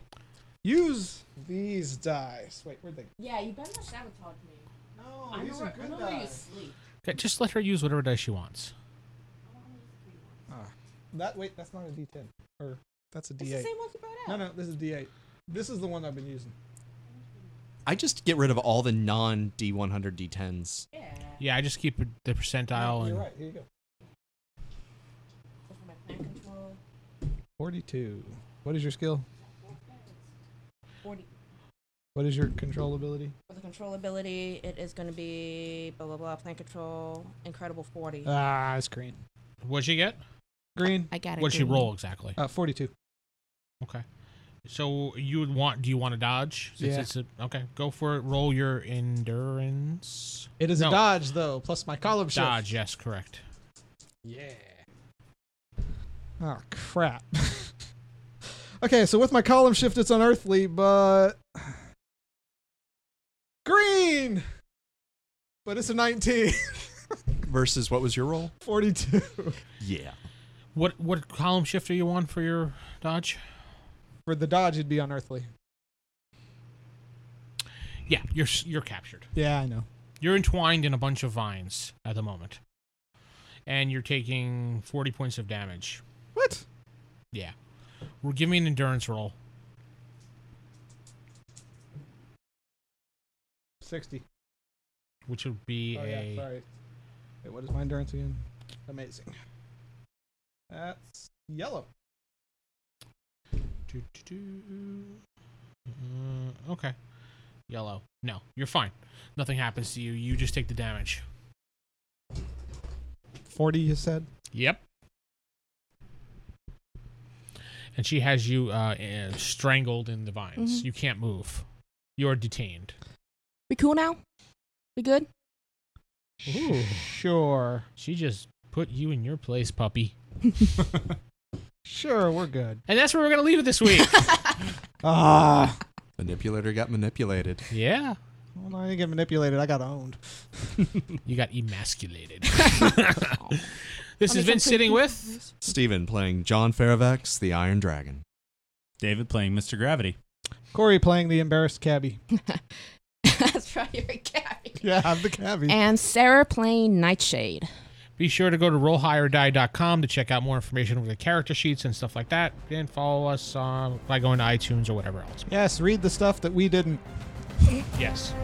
Speaker 4: Use these dice. Wait, where'd they?
Speaker 5: Yeah, you better not sabotage me.
Speaker 4: No, these are good
Speaker 5: where Oh, you
Speaker 4: dice.
Speaker 5: sleep.
Speaker 1: Okay, just let her use whatever dice she wants.
Speaker 4: That wait, that's not a D10. Or that's a
Speaker 5: It's the
Speaker 4: D8.
Speaker 5: same ones you brought out.
Speaker 4: No, no, this is D8. This is the one I've been using.
Speaker 2: I just get rid of all the non D100 D10s.
Speaker 1: Yeah, I just keep the percentile
Speaker 4: You're
Speaker 1: and
Speaker 4: right. Here you go. Forty-two. What is your skill?
Speaker 5: Forty.
Speaker 4: What is your control ability?
Speaker 5: For the control ability, it is going to be blah blah blah. Plan control, incredible forty.
Speaker 1: Uh,
Speaker 4: Ah, it's green.
Speaker 1: what'd she get?
Speaker 4: Green.
Speaker 5: I got it.
Speaker 1: What'd she
Speaker 5: dude.
Speaker 1: roll exactly?
Speaker 4: Uh, forty-two.
Speaker 1: Okay. So you would want? Do you want to dodge? Since
Speaker 4: Yeah.
Speaker 1: It's a, okay, go for it. Roll your endurance.
Speaker 4: It is
Speaker 1: No.
Speaker 4: a dodge though, plus my column shift.
Speaker 1: Dodge. Yes, correct.
Speaker 4: Yeah. Oh crap. okay, so with my column shift, it's unearthly, but green. But it's a 19,
Speaker 2: Versus what was your roll?
Speaker 4: 42.
Speaker 2: Yeah.
Speaker 1: What what column shift are you on for your dodge?
Speaker 4: For the dodge, it'd be unearthly.
Speaker 1: Yeah, you're s- you're captured.
Speaker 4: Yeah, I know.
Speaker 1: You're entwined in a bunch of vines at the moment, and you're taking forty points of damage.
Speaker 4: What?
Speaker 1: Yeah, well, give me an endurance roll.
Speaker 4: 60.
Speaker 1: which would be
Speaker 4: Oh
Speaker 1: a
Speaker 4: yeah, sorry. Wait, what is my endurance again? Amazing. That's yellow.
Speaker 1: Doo, doo, doo. Uh, okay yellow no you're fine nothing happens to you you just take the damage
Speaker 4: 40, you said?
Speaker 1: yep and she has you uh, uh, strangled in the vines
Speaker 5: Mhm.
Speaker 1: you can't move you're detained
Speaker 5: We cool now? We good?
Speaker 1: Ooh.
Speaker 4: Sure.
Speaker 1: she just put you in your place puppy
Speaker 4: Sure, we're good.
Speaker 1: and that's where we're gonna leave it this week
Speaker 4: Ah.
Speaker 2: Manipulator got manipulated.
Speaker 1: yeah
Speaker 4: Well, no, I didn't get manipulated. I got owned.
Speaker 1: you got emasculated
Speaker 5: Aw.
Speaker 1: this has been sitting with
Speaker 2: Steven playing John Faravax, the Iron Dragon.
Speaker 3: David playing Mr. Gravity.
Speaker 4: Corey playing the embarrassed cabbie.
Speaker 5: That's right, you're a guy.
Speaker 4: Yeah, I'm the cabbie.
Speaker 5: And Sarah playing Nightshade.
Speaker 1: Be sure to go to rollhigherdie.com to check out more information over the character sheets and stuff like that. And follow us um, by going to iTunes or whatever else.
Speaker 4: Yes, read the stuff that we didn't.
Speaker 1: Yes.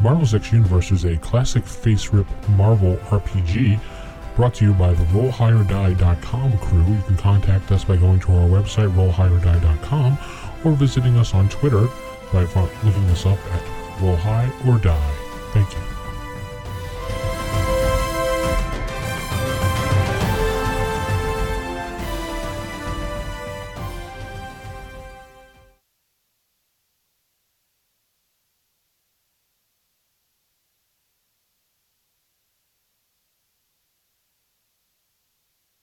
Speaker 6: Marvel's X Universe is a classic face rip Marvel RPG brought to you by the RollHigherDie.com crew. You can contact us by going to our website, RollHigherDie.com, or visiting us on Twitter by fo- looking us up at Roll High or Die. Thank you.